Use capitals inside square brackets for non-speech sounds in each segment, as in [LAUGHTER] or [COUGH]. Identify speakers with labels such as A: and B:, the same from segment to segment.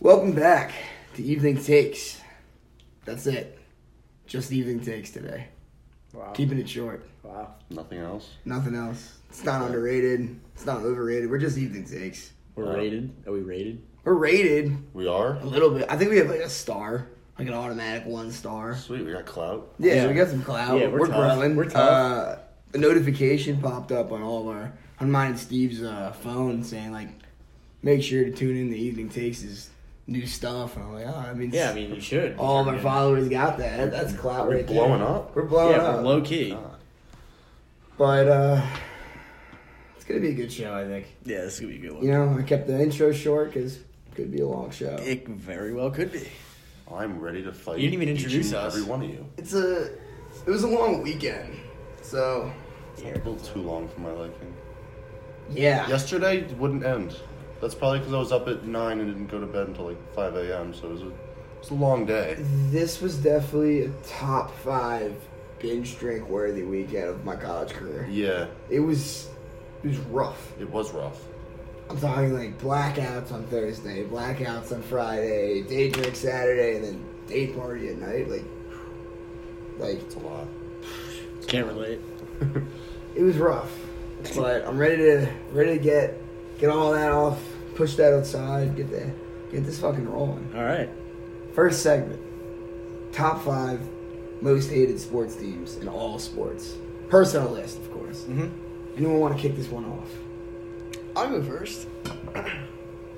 A: Welcome back to Evening Takes. That's it. Just Evening Takes today.
B: Wow.
A: Keeping it short.
B: Wow.
C: Nothing else.
A: Nothing else. It's not underrated. It's not overrated. We're just Evening Takes.
B: We're
C: Wow.
B: rated. Are we rated?
A: We're rated
C: We are
A: a little bit. I think we have like a star, like an automatic one star.
C: sweet. We got clout.
A: Yeah,
B: Yeah.
A: we got some clout.
B: Yeah,
A: we're
B: we're tough.
A: growing.
B: We're tough.
A: Uh, a notification popped up on all of our, on mine and Steve's uh, phone saying like, make sure to tune in to Evening Takes is new stuff. And I'm like, oh, I mean,
B: Yeah, I mean you should.
A: all of our
B: Yeah.
A: followers got that. That's clout
C: We're
A: right there.
C: blowing up.
A: We're blowing
B: Yeah,
A: up.
B: we're low key.
C: uh, Ah,
A: but uh, it's gonna be a good show, I think.
B: Yeah, this could be a good one.
A: You know, I kept the intro short because could be a long show.
B: It very well could be.
C: I'm ready to fight.
B: You didn't even
C: each
B: introduce
C: and
B: us.
C: Every one of you.
A: It's a, it was a long weekend, so
C: A little too long for my liking.
A: yeah.
C: Yesterday wouldn't end. That's probably because I was up at nine and didn't go to bed until like five a.m. So it was a, it was a long day.
A: This was definitely a top five binge drink worthy weekend of my college career.
C: Yeah,
A: It was it was rough.
C: it was rough.
A: I'm talking like blackouts on Thursday, blackouts on Friday, day drink Saturday, and then day party at night. Like like
C: It's a lot.
B: Can't relate.
A: it was rough. But I'm ready to ready to get get all that off, push that outside, get the get this fucking rolling.
B: All right.
A: First segment. Top five most hated sports teams in all sports. Personal list, of course.
B: Mm-hmm.
A: Anyone want to kick this one off?
B: I'll go first. I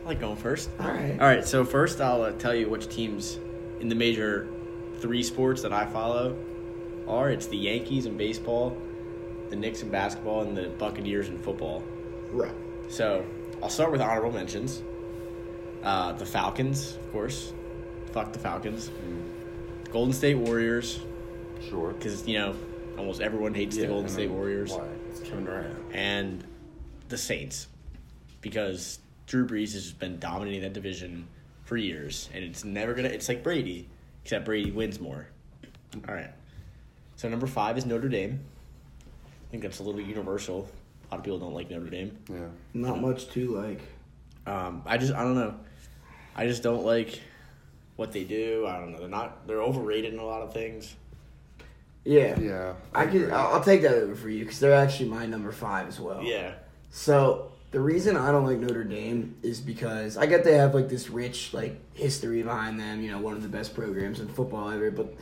B: like going first.
A: All right.
B: All right. So first, I'll uh, tell you which teams in the major three sports that I follow are. It's the Yankees in baseball, the Knicks in basketball, and the Buccaneers in football.
A: Right.
B: So I'll start with honorable mentions. Uh, the Falcons, of course. Fuck the Falcons. Golden State Warriors,
C: Sure.
B: because you know almost everyone hates the Golden
C: and
B: State
C: then
B: Warriors,
C: Why? It's Kevin Durant.
B: and the Saints, because Drew Brees has been dominating that division for years, and it's never gonna. It's like Brady, except Brady wins more. All right. So number five is Notre Dame. I think that's a little universal. A lot of people don't like Notre Dame.
C: Yeah.
A: Not much to like.
B: Um, I just I don't know. I just don't like what they do. I don't know. They're not. They're overrated in a lot of things.
A: Yeah.
C: Yeah.
A: I can. I'll, I'll take that over for you because they're actually my number five as well.
B: Yeah.
A: So the reason I don't like Notre Dame is because I get they have like this rich like history behind them. You know, one of the best programs in football ever. But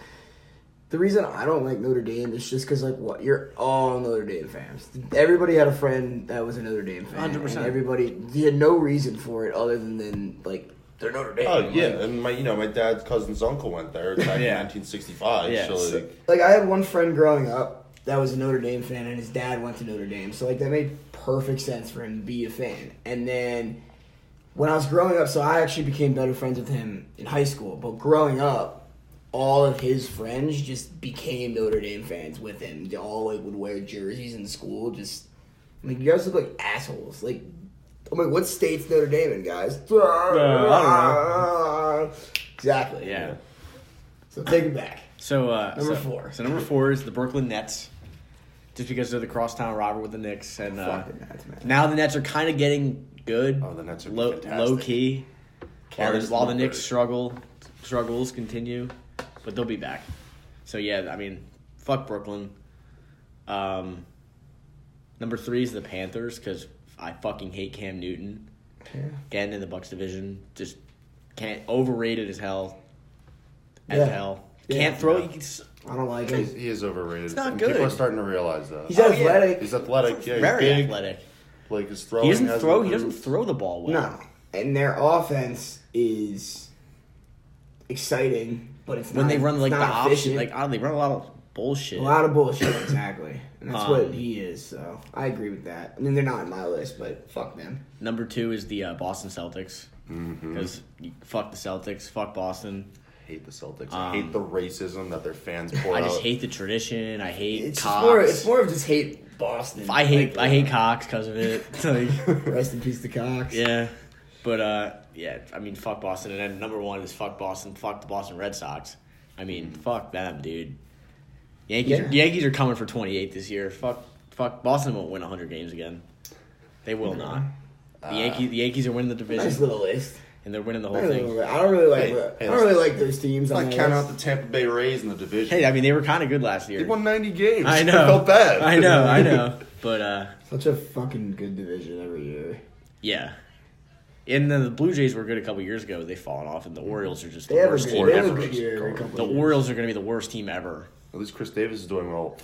A: the reason I don't like Notre Dame is just because like what you're all Notre Dame fans. Everybody had a friend that was a Notre Dame fan.
B: 100%.
A: and Everybody they had no reason for it other than than like they're Notre Dame.
C: Oh
A: Like,
C: yeah, and my you know my dad's cousin's uncle went there back in
B: Yeah.
C: 1965.
B: Yeah,
C: so
B: so-
C: like,
A: like I had one friend growing up that was a Notre Dame fan, and his dad went to Notre Dame, so like that made perfect sense for him to be a fan. And then when I was growing up, so I actually became better friends with him in high school. But growing up, all of his friends just became Notre Dame fans with him. They all like would wear jerseys in school. Just I'm like you guys look like assholes. Like I'm like, what state's Notre Dame in, guys?
B: Uh,
A: Exactly.
B: Yeah.
A: So take it back.
B: So uh,
A: Number
B: so-
A: four.
B: So number four is the Brooklyn Nets, just because they're the crosstown robber with the Knicks, and uh,
A: Fucking nuts, man.
B: now the Nets are kind of getting good.
C: Oh, the Nets are
B: low,
C: fantastic.
B: low key. While the,
C: Caris
B: while the
C: LeVert.
B: Knicks struggle, struggles continue, but they'll be back. So yeah, I mean, fuck Brooklyn. Um, number three is the Panthers because I fucking hate Cam Newton.
A: Yeah.
B: Again in the Bucks division, just can't overrated as hell. As
A: Yeah.
B: hell,
A: Yeah.
B: can't throw.
C: Yeah.
B: he's-
A: I don't like
C: he's,
A: him.
C: he is overrated.
B: It's not
C: and
B: good.
C: People are starting to realize that.
A: He's
B: Oh, yeah.
A: athletic.
C: He's athletic. Yeah, he's
B: very
C: big.
B: athletic.
C: Like his throwing.
B: He doesn't
C: has
B: throw. He doesn't
C: improved.
B: throw the ball well.
A: No, and their offense is exciting, but it's
B: When
A: not,
B: they run like the
A: it's not
B: option,
A: efficient.
B: like oh, they run a lot of bullshit.
A: a lot of bullshit. Exactly, and that's what
B: Um,
A: he is. So I agree with that. I mean, they're not in my list, but fuck them.
B: Number two is the uh, Boston Celtics
A: Mm-hmm.
B: because fuck the Celtics, fuck Boston.
C: I hate the Celtics. I hate the racism that their fans pour
B: Um, I
C: out.
B: just hate the tradition. I hate
A: It's just
B: Cox.
A: more. It's more of just hate Boston.
B: I hate
A: Like,
B: I hate Cox because of it.
A: [LAUGHS]
B: Like,
A: Rest in peace to Cox.
B: yeah, but uh, yeah, I mean fuck Boston, and then number one is fuck Boston, fuck the Boston Red Sox. I mean fuck them, dude. Yankees
A: Mm-hmm. Yeah.
B: are, Yankees are coming for twenty eight this year. Fuck fuck Boston won't win hundred games again. They will not. The Yankees the Yankees are winning the division.
A: Nice Uh, little list.
B: and they're winning the
A: I
B: whole
A: don't really
B: thing.
A: like- I don't really like.
C: Hey,
A: the-
C: hey,
A: I don't
C: let's-
A: really like those teams.
C: I
A: on
C: count
A: my
C: out
A: list.
C: the Tampa Bay Rays in the division.
B: Hey, I mean they were kind of good last
C: they
B: year.
C: won 90
A: [LAUGHS]
C: games.
B: I know.
C: I felt bad.
B: I know. I know. But uh,
A: Such a fucking good division every year.
B: yeah. And then the Blue Jays were good a couple years ago. They've fallen off, and the Orioles are just the
A: They have a
B: worst
A: good,
B: team
A: they have a
B: ever.
A: good year. every couple
B: The
A: years.
B: Orioles are going to be the worst team ever.
C: [LAUGHS] At least Chris Davis is doing
B: [SIGHS]
C: well.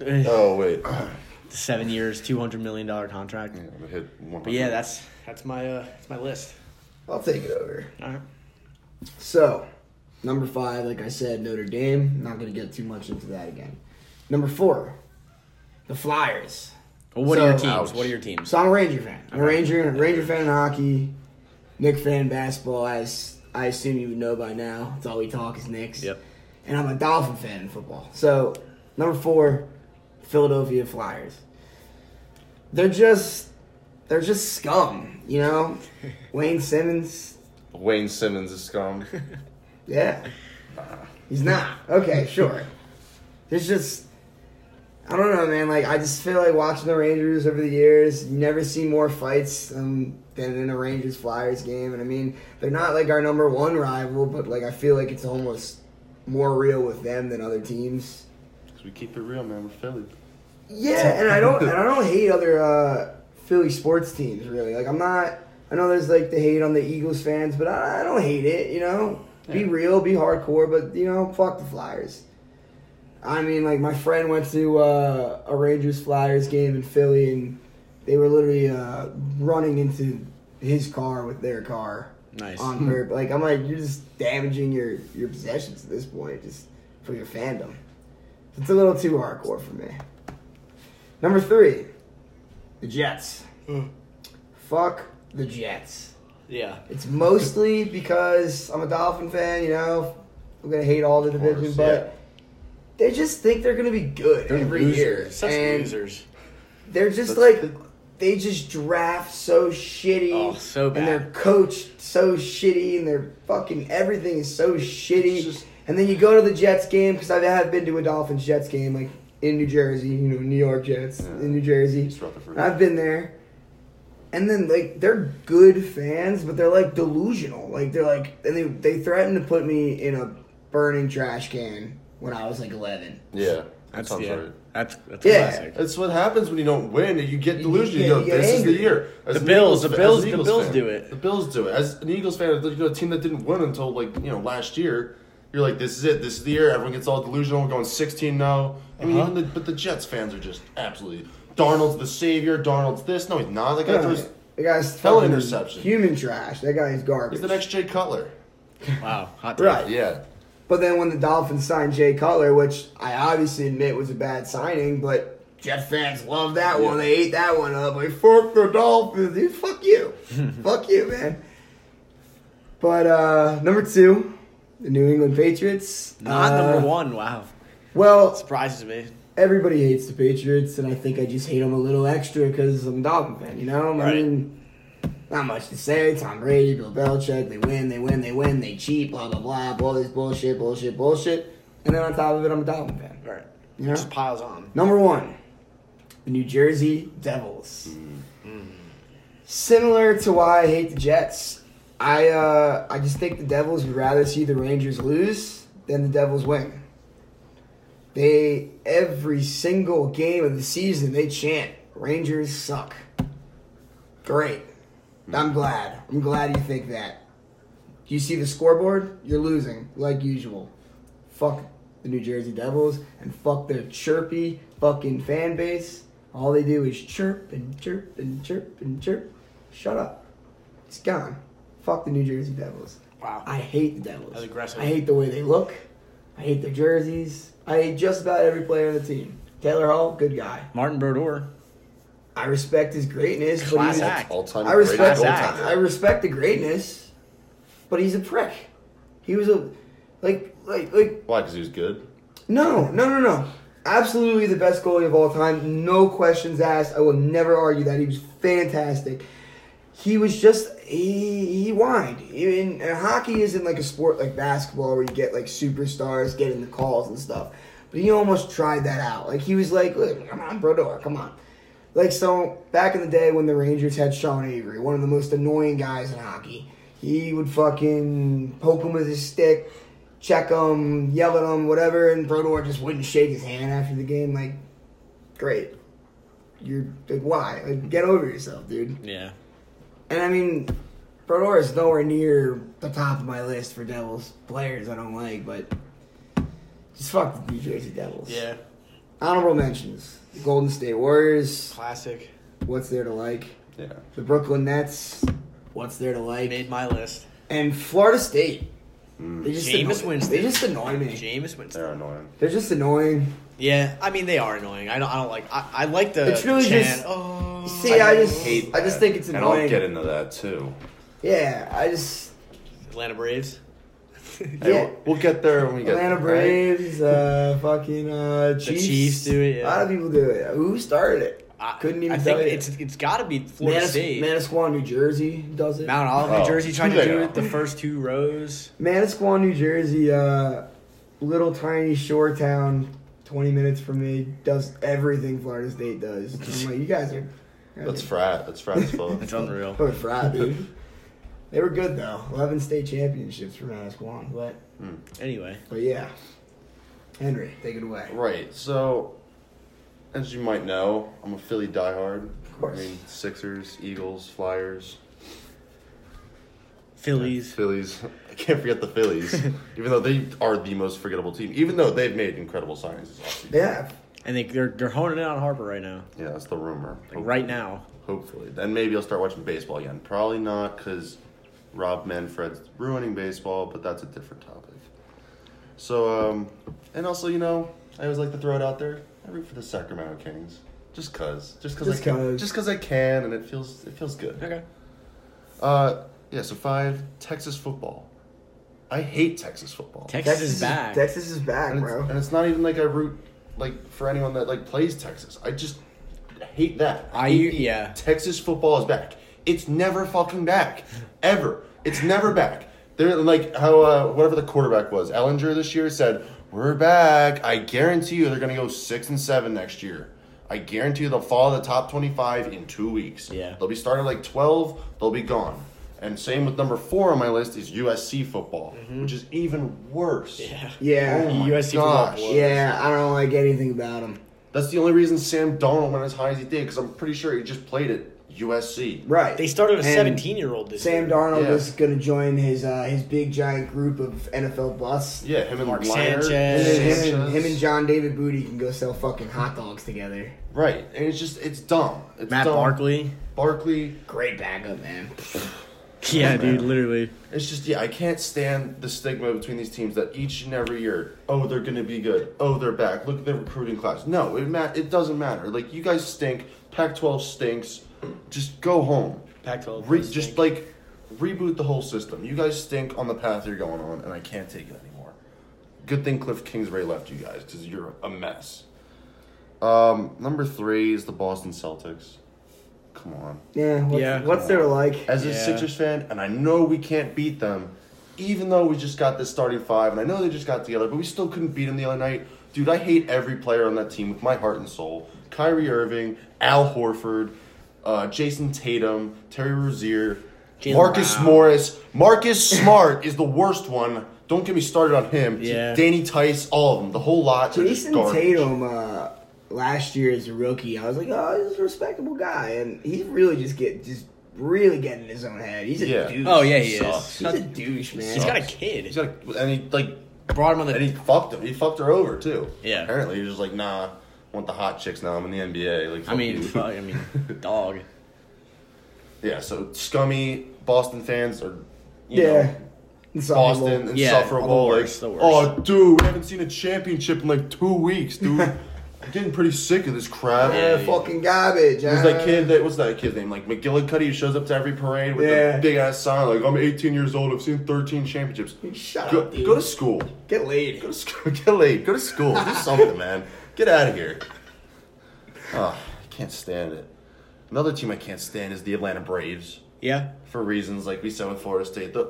C: Oh wait, [CLEARS THROAT] yeah,
B: Seven years, two hundred million dollar contract.
C: I'm hit one.
B: But yeah, that's that's my uh, that's my list.
A: I'll take it over.
B: All right.
A: So, number five, like I said, Notre Dame. Not going to get too much into that again. Number four, the Flyers.
B: Well, what
A: So-
B: are your teams?
C: Ouch.
B: What are your teams?
A: So I'm a Ranger fan. I'm a
B: Okay.
A: Ranger, Ranger fan in hockey, Nick fan in basketball. As I assume you would know by now, it's all we talk is Knicks.
B: Yep.
A: And I'm a Dolphin fan in football. So number four, Philadelphia Flyers. They're just, they're just scum. You
B: [LAUGHS]
A: know, Wayne Simmons.
C: Wayne Simmons
B: [LAUGHS]
C: is scum.
A: Yeah. He's not. Okay, sure. There's just I don't know, man. Like I just feel like watching the Rangers over the years, you never see more fights um, than in a Rangers Flyers game. And I mean, they're not like our number one rival, but like I feel like it's almost more real with them than other teams.
C: 'Cause we keep it real, man. We're Philly.
A: Yeah, and I don't and I don't hate other uh, Philly sports teams really. Like I'm not. I know there's like the hate on the Eagles fans, but I, I don't hate it. You know, be
C: Yeah.
A: real, be hardcore, but you know, fuck the Flyers. I mean, like my friend went to uh, a Rangers Flyers game in Philly, and they were literally uh, running into his car with their car
B: Nice.
A: on purpose. Like I'm like, you're just damaging your your possessions at this point, just for your fandom. It's a little too hardcore for me. Number three, the Jets. Fuck the Jets.
B: yeah.
A: It's mostly because I'm a Dolphin fan. You know, I'm gonna hate all the
C: course,
A: division,
C: yeah.
A: but they just think they're gonna be good every year,
B: Such
A: and
B: losers.
A: they're just
C: That's-
A: like. They just draft so shitty.
B: Oh, so bad.
A: And they're coached so shitty, and their fucking everything is so shitty.
C: It's just-
A: and then you go to the Jets game because I have been to a Dolphins Jets game, like in New Jersey, you know, New York Jets
C: Yeah.
A: in New Jersey.
C: It's Rutherford.
A: I've been there. And then like they're good fans, but they're like delusional. Like they're like, and they they threatened to put me in a burning trash can when I was like eleven.
C: Yeah, that
B: That's
C: sounds
B: yeah.
C: right.
B: That's that's
A: Yeah.
B: classic.
C: That's what happens when you don't win. You get
A: You-
C: delusional.
A: you
C: You
A: get-
C: know,
A: you get
C: this is
A: angry.
C: the year. As
B: The
C: an
B: Bills-
C: Eagles
B: the
C: fan-
B: Bills-
C: as an
B: the
C: Eagles
B: Bills
C: fan-
B: do it.
C: The Bills do it. As an Eagles fan, if you go to a team that didn't win until like you know last year, you're like, this is it. This is the year. Everyone gets all delusional. We're going 16 now. I mean,
B: Uh-huh.
C: even the, but the Jets fans are just absolutely. Darnold's the savior. Darnold's this. No, he's not. That guy throws.
A: The guy's
C: Hell
A: fucking
C: interception.
A: human trash. That guy's garbage.
C: He's the next Jay Cutler.
B: Wow. Hot take.
A: Right.
C: Yeah.
A: But then when the Dolphins signed Jay Cutler, which I obviously admit was a bad signing, but Jet fans love that one. They ate that one up. Like, fuck the Dolphins. Dude, fuck
C: [LAUGHS]
A: you. fuck you, man. But uh, number two, the New England Patriots.
B: Not
A: Uh,
B: number one. Wow.
A: Well,
B: Surprises me.
A: everybody hates the Patriots, and I think I just hate them a little extra because I'm a Dolphin fan, you know? I
B: Right.
A: mean, not much to say. Tom Brady, Bill Belichick, they win, they win, they win, they cheat, blah, blah, blah, all this bullshit, bullshit, bullshit. And then on top of it, I'm a Dolphin fan.
B: Right.
A: You know?
B: Just piles on.
A: Number one, the New Jersey Devils. Similar to why I hate the Jets, I uh, I just think the Devils would rather see the Rangers lose than the Devils win. They every single game of the season they chant Rangers suck. Great, I'm glad. I'm glad you think that. You see the scoreboard, you're losing like usual fuck the New Jersey Devils and fuck their chirpy fucking fan base. All they do is chirp and chirp and chirp and chirp. Shut up. It's gone. Fuck the New Jersey Devils.
B: Wow.
A: I hate the Devils.
B: That's aggressive.
A: I hate the way they look. I hate their jerseys. I hate just about every player on the team. Taylor Hall, good guy.
B: Martin Brodeur.
A: I respect his greatness, but
B: Class
A: he's
B: act.
C: All time.
A: I respect
B: Class
A: that.
B: act.
A: I respect the greatness, but he's a prick. He was a like like like
C: Why? Because he was good.
A: no, no, no, no. Absolutely the best goalie of all time. No questions asked. I will never argue that. He was fantastic. He was just he he whined. Even and hockey isn't like a sport like basketball where you get like superstars getting the calls and stuff. But he almost tried that out. Like he was like, "Look, come on, Brodeur, come on. Like so back in the day when the Rangers had Sean Avery, one of the most annoying guys in hockey. He would fucking poke him with his stick, check him, yell at him, whatever, and Brodor just wouldn't shake his hand after the game. Like, great. You're like, why? Like, get over yourself, dude.
B: Yeah.
A: And I mean, Brodor is nowhere near the top of my list for Devils players I don't like, but just fuck the New Jersey Devils.
B: Yeah.
A: Honorable mentions: the Golden State Warriors.
B: Classic.
A: What's there to like?
C: Yeah.
A: The Brooklyn Nets. What's there to
B: I
A: like?
B: made my list.
A: And Florida State. They just
B: Mm. Jameis
A: annoy,
B: Winston.
A: They just annoy me.
B: James Winston.
C: They're annoying.
A: They're just annoying.
B: Yeah, I mean they are annoying. I don't. I don't like. I, I like the.
A: It's really
B: chant,
A: just-
B: Oh,
A: See, I, just, I just
C: that.
A: think it's
C: And I'll
A: annoying.
C: get into that too.
A: Yeah, I just
B: Atlanta Braves.
C: Hey,
A: Yeah.
C: we'll- we'll get there when we get
A: Atlanta
C: there, right?
A: Braves, uh, [LAUGHS] fucking uh, Chiefs.
B: Chiefs do it, yeah.
A: A lot of people do it. Who started it?
B: I,
A: Couldn't even
B: I
A: tell
B: think
A: you.
B: it's it's got to be Florida
A: Manis-
B: State.
A: Manasquan, New Jersey does it.
B: Mount Olive, New
C: Oh,
B: Jersey, trying to
C: there you
B: do
C: go.
B: it the first two rows.
A: Manasquan, New Jersey, uh, little tiny shore town, 20 minutes from me, does everything Florida State does. I'm like, you guys are.
C: That's frat. That's frat as fuck.
B: It's unreal.
A: Poor fry, dude. they were good, though. 11 state championships for Manasquan. But,
B: Anyway,
A: but yeah. Henry, take it away.
C: [LAUGHS] Right. So, as you might know, I'm a Philly diehard.
A: Of course.
C: I mean, Sixers, Eagles, Flyers,
B: Phillies.
C: Phillies. [LAUGHS] I can't forget the
A: [LAUGHS]
C: Phillies, even though they are the most forgettable team. Even though they've made incredible signings this offseason.
A: Yeah.
B: And they, they're they're honing in on Harper right now.
C: Yeah, that's the rumor.
B: Like right now.
C: Hopefully, then maybe I'll start watching baseball again. Probably not because Rob Manfred's ruining baseball, but that's a different topic. So, um, and also, you know, I always like to throw it out there. I root for the Sacramento Kings, just cause, just cause,
A: Just
C: I can,
A: 'cause.
C: just cause I can, and it feels, it feels good.
B: Okay.
C: Uh, yeah. So five, Texas football. I hate Texas football.
B: Texas, is back.
A: Texas is back,
C: and, it's,
A: bro.
C: and it's not even like I root like for anyone that like plays Texas. I just hate that.
B: I-
C: hate the-
B: yeah.
C: Texas football is back. It's never fucking back, ever. It's never back. They're like how uh, whatever the quarterback was, Ellinger this year said, "We're back." I guarantee you, they're gonna go six and seven next year. I guarantee you, they'll follow the top twenty-five in two weeks.
B: Yeah.
C: they'll be starting like twelve. They'll be gone. And same with number four on my list is USC football, which is even worse.
B: Mm-hmm. Yeah.
A: Yeah.
C: Oh my
B: USC
C: gosh.
B: football.
A: Yeah, I don't like anything about him.
C: That's the only reason Sam Donald went as high as he did, because I'm pretty sure he just played at USC.
A: Right.
B: They started a
A: And
B: 17 year old this
A: Sam
B: year.
A: Darnold
C: Yeah.
A: is going to join his uh, his big giant group of NFL busts.
C: Yeah, him and
B: Mark
C: Leonard,
A: And then
B: Sanchez.
A: Him, and,
C: Sanchez.
A: him and John David Booty can go sell fucking hot dogs together.
C: Right, and it's just it's dumb. It's
B: Matt
C: dumb.
B: Barkley.
C: Barkley.
A: Great backup, man.
B: Yeah, dude, literally.
C: It's just yeah, I can't stand the stigma between these teams that each and every year, oh they're gonna be good, oh they're back. Look at their recruiting class. No, it ma- it doesn't matter. Like you guys stink. Pac-12 stinks. Just go home.
B: Pac-12
C: Re-
B: does
C: just
B: stink.
C: like reboot the whole system. You guys stink on the path you're going on, and I can't take it anymore. Good thing Cliff Kingsbury left you guys because you're a mess. Um, number three is the Boston Celtics. Come on.
A: Yeah. What's,
B: Yeah.
A: what's there to like?
C: As a
B: Yeah.
C: Sixers fan, and I know we can't beat them, even though we just got this starting five, and I know they just got together, but we still couldn't beat them the other night. Dude, I hate every player on that team with my heart and soul. Kyrie Irving, Al Horford, uh, Jason Tatum, Terry Rozier,
B: Jalen
C: Marcus
B: Brown.
C: Morris. Marcus Smart is the worst one. Don't get me started on him.
B: Yeah.
C: Danny Tice, all of them, the whole lot. are just
A: Jason
C: garbage.
A: Tatum uh, last year as a rookie, I was like, oh, he's a respectable guy, and he's really just get just really getting in his own head. He's a
C: Yeah.
A: douche.
B: Oh yeah, he
C: Sucks.
B: is.
A: He's a douche, man.
B: He's got a kid.
C: He's got a, and he like
B: Brought him on the.
C: And he fucked him. He fucked her over too.
B: Yeah.
C: Apparently, he was just like, "Nah, I want the hot chicks now. I'm in the NBA." Like,
B: I mean,
C: fuck
B: fuck, I mean, dog.
C: you. [LAUGHS] yeah. So scummy Boston fans are, you
A: yeah.
C: know,
A: Insufferable.
C: Boston
B: Yeah,
C: insufferable.
B: all the
C: like,
B: worst, the worst.
C: oh, dude, we haven't seen a championship in like two weeks,
A: [LAUGHS]
C: dude. I'm getting pretty sick of this crap.
A: Yeah, fucking garbage.
C: There's
A: huh?
C: that kid that what's that kid's name? Like McGillicuddy who shows up to every parade with
A: Yeah.
C: a big ass sign like I'm 18 years old. I've seen 13 championships.
A: Shut
C: Go,
A: up, dude.
C: go to school.
A: Get laid.
C: Go to school. [LAUGHS] Get laid. Go to school. Do something, man. Get out of here. Ah, Oh, I can't stand it. Another team I can't stand is the Atlanta Braves.
B: Yeah.
C: for reasons like we said with Florida State. The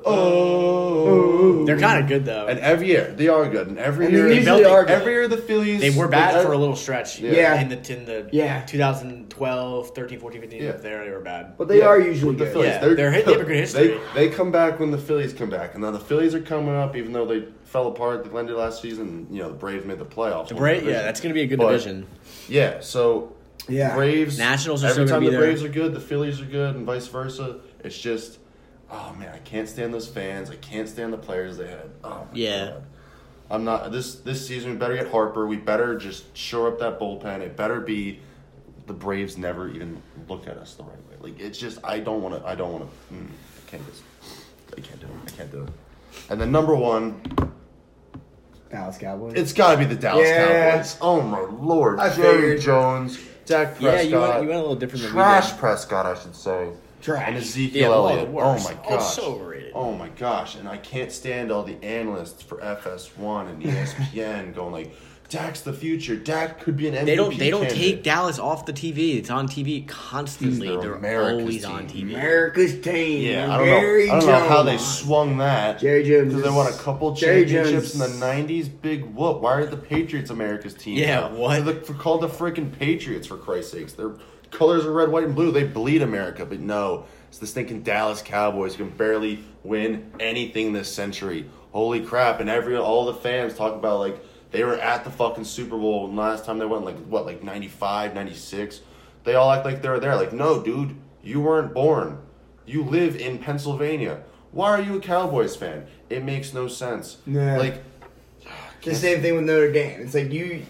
C: oh,
B: They're kind of good, though.
C: and every year they are good, and every
A: And they
C: year
A: usually are good.
C: every year the Phillies
B: they were bad
C: like,
B: for a little stretch.
A: Yeah.
B: In the, in the
A: Yeah.
B: 2012, 13, 14, 15,
C: Yeah.
B: up there, they were bad.
A: But they
C: Yeah,
A: are usually
C: The
A: good.
C: Phillies,
B: Yeah,
C: they're,
B: they're hit-
C: good.
B: they have a good history.
C: They, they come back when the Phillies come back, and now the Phillies are coming up, even though they fell apart at the end of last season. You know, the Braves made the playoffs.
B: The Bra- yeah, that's going to be a good
C: But-
B: division.
C: yeah. So
A: Yeah.
C: Braves
B: Nationals are still
C: every
B: gonna
C: time
B: be
C: the
B: there.
C: Braves are good, the Phillies are good, and vice versa. It's just, oh man, I can't stand those fans. I can't stand the players they had. Oh my
B: Yeah.
C: God. I'm not this this season. We better get Harper. We better just shore up that bullpen. It better be the Braves never even look at us the right way. Like it's just I don't want to. I don't want to. Mm, I can't just. I can't do it. I can't do it. And then number one,
A: Dallas Cowboys.
C: it's got to be the Dallas
A: Yeah.
C: Cowboys. Oh my lord,
A: I
C: Jerry
A: figured.
C: Jones, Dak
B: Yeah,
C: Prescott,
B: you went, you went a little different than we
C: trash
B: did.
C: Prescott, I should say,
A: Trash.
C: and
B: Yeah,
C: Ezekiel
B: well,
C: Elliott.
B: the
C: Oh
B: worst.
C: my
B: Oh,
C: gosh,
B: so overrated.
C: Oh my gosh, and I can't stand all the analysts for FS1 and E ESPN [LAUGHS] going like, Dak's the future. Dak could be an MVP.
B: They don't. They don't take
C: candidate."
B: Dallas off the TV. It's on TV constantly.
C: They're
B: They're
C: America's
B: always
C: team.
B: on TV.
A: America's team.
C: Yeah, I don't
A: Jerry
C: know. I don't know how they
A: Jones.
C: swung that.
A: Jerry Jones
C: because they
A: is-
C: won a couple
A: Jerry Jones
C: championships in the
A: is-
C: '90s. Big whoop! Why are the Patriots America's team?
B: Yeah,
C: now?
B: what?
C: They're, the- they're called the freaking Patriots for Christ's sakes. Their colors are red, white, and blue. They bleed America, but no, it's this thinking Dallas Cowboys who can barely win anything this century. Holy crap! And every all the fans talk about like they were at the fucking Super Bowl and last time they went like what like 95, 96. They all act like they were there. Like no, dude, you weren't born. You live in Pennsylvania. Why are you a Cowboys fan? It makes no sense.
A: Yeah.
C: Like
A: The same thing with Notre Dame. It's like you,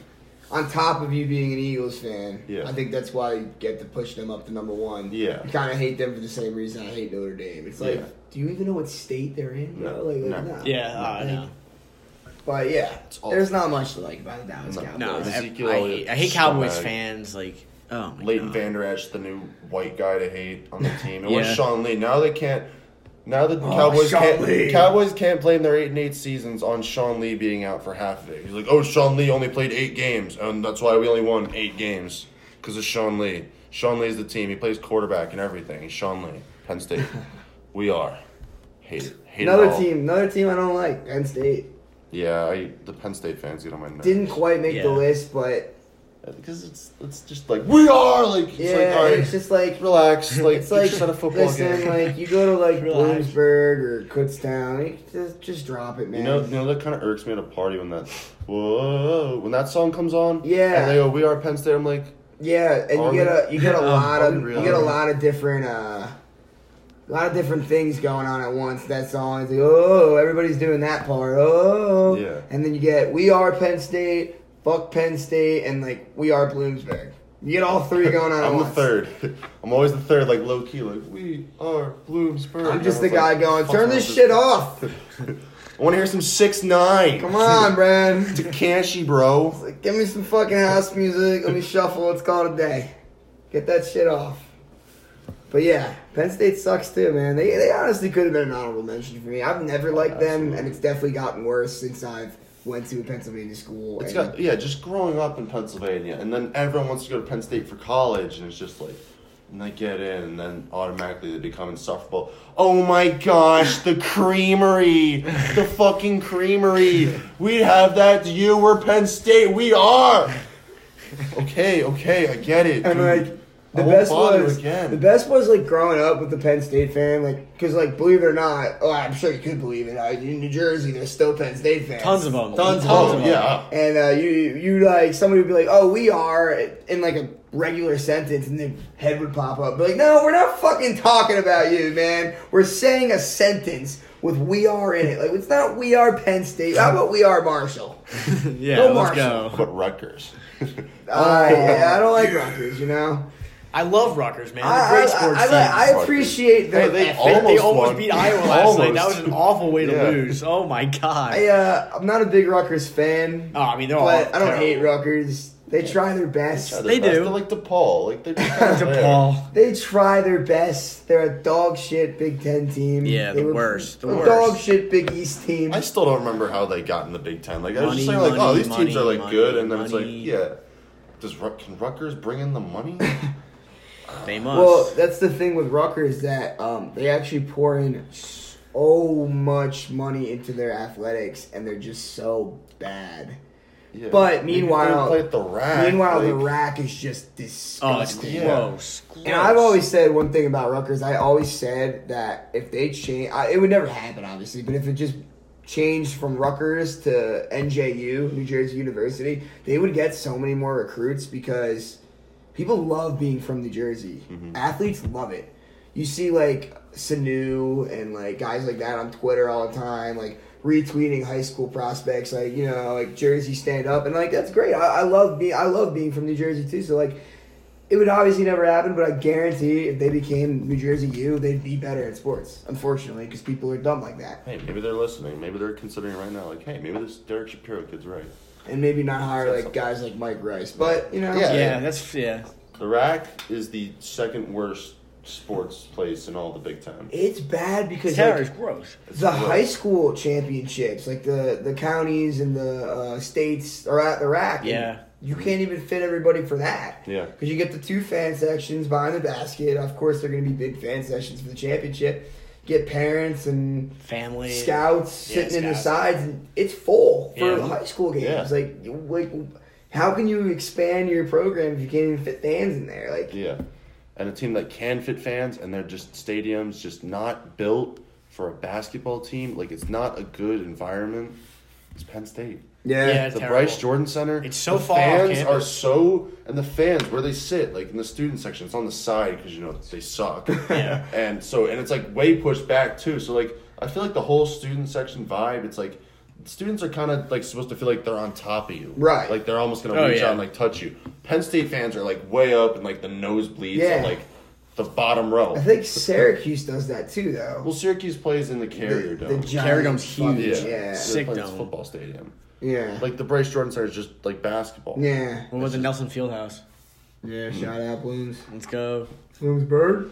A: on top of you being an Eagles fan,
C: Yeah.
A: I think that's why you get to push them up to number one.
C: Yeah.
A: You kind of hate them for the same reason I hate Notre Dame. It's like,
C: Yeah.
A: do you even know what state they're in?
C: No.
A: bro? Like, like,
C: No.
A: no.
B: Yeah, uh, I
A: Like,
B: know.
A: But yeah,
C: awful.
A: there's not much to like about the Dallas
C: No.
A: Cowboys.
B: No, I,
C: Ezekiel
B: I,
C: Elliott,
B: hate, I hate Cowboys
C: scumbag.
B: fans. Like, oh my
C: Leighton
B: god.
C: Vander Esch, the new white guy to hate on the team. It was
B: Yeah.
C: Sean Lee. Now they can't. Now the
A: Oh,
C: Cowboys
A: Sean
C: can't.
A: Lee.
C: Cowboys can't blame their eight and eight seasons on Sean Lee being out for half of it. He's like, oh, Sean Lee only played eight games, and that's why we only won eight games because of Sean Lee. Sean Lee's the team. He plays quarterback and everything. He's Sean Lee,
A: [LAUGHS]
C: Penn State. we are. Hate it. Hate it
A: Another
C: all.
A: team, another team I don't like, Penn State.
C: Yeah, I, the Penn State fans get on my nerves.
A: Didn't quite make
B: Yeah.
A: the list, but
C: because it's it's just like we are like it's
A: yeah,
C: like, all right,
A: it's just like [LAUGHS]
C: relax like
A: it's like
C: set a football
A: listen, [LAUGHS]
C: game.
A: like you go to like
B: Relax.
A: Bloomsburg or Kutztown, you just, just drop it, man.
C: You know, you know that kind of irks me at a party when that whoa when that song comes on.
A: Yeah.
C: and they go, "We are Penn State." I'm like,
A: Yeah, and
C: Army-
A: you get a you get a
B: Um,
A: lot
C: [LAUGHS]
A: of
C: Army
A: you get a
C: Real.
A: lot of different uh, a lot of different things going on at once. That song is like oh everybody's doing that part oh
C: Yeah.
A: and then you get we are Penn State fuck Penn State and like we are Bloomsburg. You get all
C: [LAUGHS]
A: three going on. at
C: "I'm the
A: once.
C: third. I'm always the third, like low key, like we are Bloomsburg."
A: I'm just the
C: And
A: guy
C: I was like,
A: going
C: "Fuck
A: turn
C: off
A: this shit off.
C: [LAUGHS] I want to hear some six nine.
A: Come
C: [LAUGHS]
A: on, Brad.
C: Takashi, bro.
A: Like, give me some fucking house music. Let me shuffle. Let's call it a day. Get that shit off. But yeah, Penn State sucks too, man. They they honestly could have been an honorable mention for me. I've
C: Oh,
A: never liked them, and it's definitely gotten worse since I've went to a Pennsylvania school.
C: It's
A: and-
C: got yeah, just growing up in Pennsylvania, and then everyone wants to go to Penn State for college, and it's just like. And they get in, and then automatically they become insufferable. Oh my gosh, the creamery! The fucking creamery! We have that, you were Penn State, we are! Okay, okay, I get it.
A: and
C: dude.
A: like the
C: I won't
A: best
C: bother
A: was
C: again.
A: the best was like growing up with the Penn State fan, like because like believe it or not, oh I'm sure you could believe it. uh, In New Jersey, there's still Penn State fans.
B: Tons of them.
A: Tons,
B: Tons
A: of
C: Oh,
A: them.
B: of 'em.
C: yeah.
A: And uh, you you like somebody would be like, "Oh, we are," in like a regular sentence, and their head would pop up, be like, "No, we're not fucking talking about you, man. We're saying a sentence with "we are" in it. Like it's not "we are Penn State." How about "we are Marshall"?
B: [LAUGHS] [LAUGHS] yeah,
A: Go
B: let's
A: Marshall.
B: go.
C: But Rutgers.
B: Oh.
A: Uh, yeah, I don't like Rutgers, you know.
B: I love Rutgers, man.
A: I,
B: They're great
A: I,
B: sports
A: I, I,
B: teams.
A: I appreciate
C: Hey,
A: their
C: they
A: effort.
B: They- they
C: almost
B: almost
C: won.
B: beat Iowa last night. That was
C: Almost.
B: an awful way to
C: Yeah.
B: lose. Oh my god.
A: I, uh, I'm not a big Rutgers fan,
B: oh, I mean, they're all.
A: but I don't
B: terrible.
A: hate Rutgers. They try their best.
C: They're
B: They
C: best.
B: do.
C: They're like DePaul.
B: [LAUGHS]
C: Like they're just kinda there.
B: DePaul.
A: They try their best. They're a dog shit Big Ten team.
B: Yeah,
A: they
B: the worst, the
A: a
B: worst.
A: dog shit Big East team.
C: I still don't remember how they got in the Big Ten. Like I was just
B: Money,
C: saying, like, oh,
B: money,
C: these teams are
B: money,
C: like good,
B: money,
C: and then it's like,
B: money. [LAUGHS]
C: yeah, does Rut- can Rutgers bring in the money?
B: They must.
A: Well, that's the thing with Rutgers that um, they actually pour in so much money into their athletics, and they're just so bad.
C: Yeah.
A: But
C: We- we
A: meanwhile-
C: played the rack.
A: Meanwhile, the
C: like-
A: rack is just
B: oh, it's
A: disgusting.
C: Yeah.
B: gross.
A: And
B: gross.
A: I've always said one thing about Rutgers. I always said that if they change, I, it would never happen, obviously. But if it just changed from Rutgers to NJU, New Jersey University, they would get so many more recruits because people love being from New Jersey. Athletes love it. You see, like Sanu and like guys like that on Twitter all the time, like retweeting high school prospects, like you know, like Jersey stand up, and like that's great. I, I love being, I love being from New Jersey too. So like. It would obviously never happen, but I guarantee if they became New Jersey U, they'd be better at sports. Unfortunately, because people are dumb like that,
C: Hey, maybe they're listening. Maybe they're considering right now. Like, hey, maybe this Derek Shapiro kid's right.
A: and maybe not hire like guys like Mike Rice. But you know,
C: Yeah.
B: Yeah, that's yeah.
C: The rack is the second worst sports place in all the Big Ten.
A: it's bad because
B: Terror
A: like,
B: is gross.
A: the high school championships, like the the counties and the uh, states, are at the rack. and
B: Yeah.
A: you can't even fit everybody for that.
C: Yeah.
A: because you get the two fan sections behind the basket. Of course, they're going to be big fan sections for the championship. Get parents and
B: Family.
A: scouts
B: Yeah,
A: sitting in the
B: scouts.
A: sides. and It's full for
B: Yeah.
A: high school games.
C: Yeah.
A: Like, you- like, how can you expand your program if you can't even fit fans in there? Like,
C: Yeah, and a team that can fit fans, and they're just stadiums just not built for a basketball team. Like, it's not a good environment. It's Penn State.
B: Yeah,
C: The
B: terrible.
C: Bryce Jordan Center.
B: It's so
C: the
B: far off
C: Fans
B: campus.
C: are so, and the fans where they sit, like in the student section, it's on the side because you know they suck.
B: Yeah.
C: [LAUGHS] And so, and it's like way pushed back too. So like, I feel like the whole student section vibe. It's like students are kind of like supposed to feel like they're on top of you,
A: Right.
C: Like they're almost gonna
B: Oh,
C: reach
B: yeah.
C: out and like touch you. Penn State fans are like way up and like the nosebleeds,
A: Yeah.
C: and, like the bottom row.
A: I think Syracuse does that too, though.
C: well, Syracuse plays in the Carrier Dome.
A: giant
B: Carrier Dome's
A: fucking-
B: huge.
A: Yeah.
C: So
A: Yeah.
C: they
B: Sick
C: play this
B: dome.
C: football stadium.
A: Yeah.
C: Like the Bryce Jordan Center is just like basketball.
A: yeah.
B: What was the Nelson Fieldhouse?
A: Shout out Blooms.
B: Let's go.
A: Bloomsburg.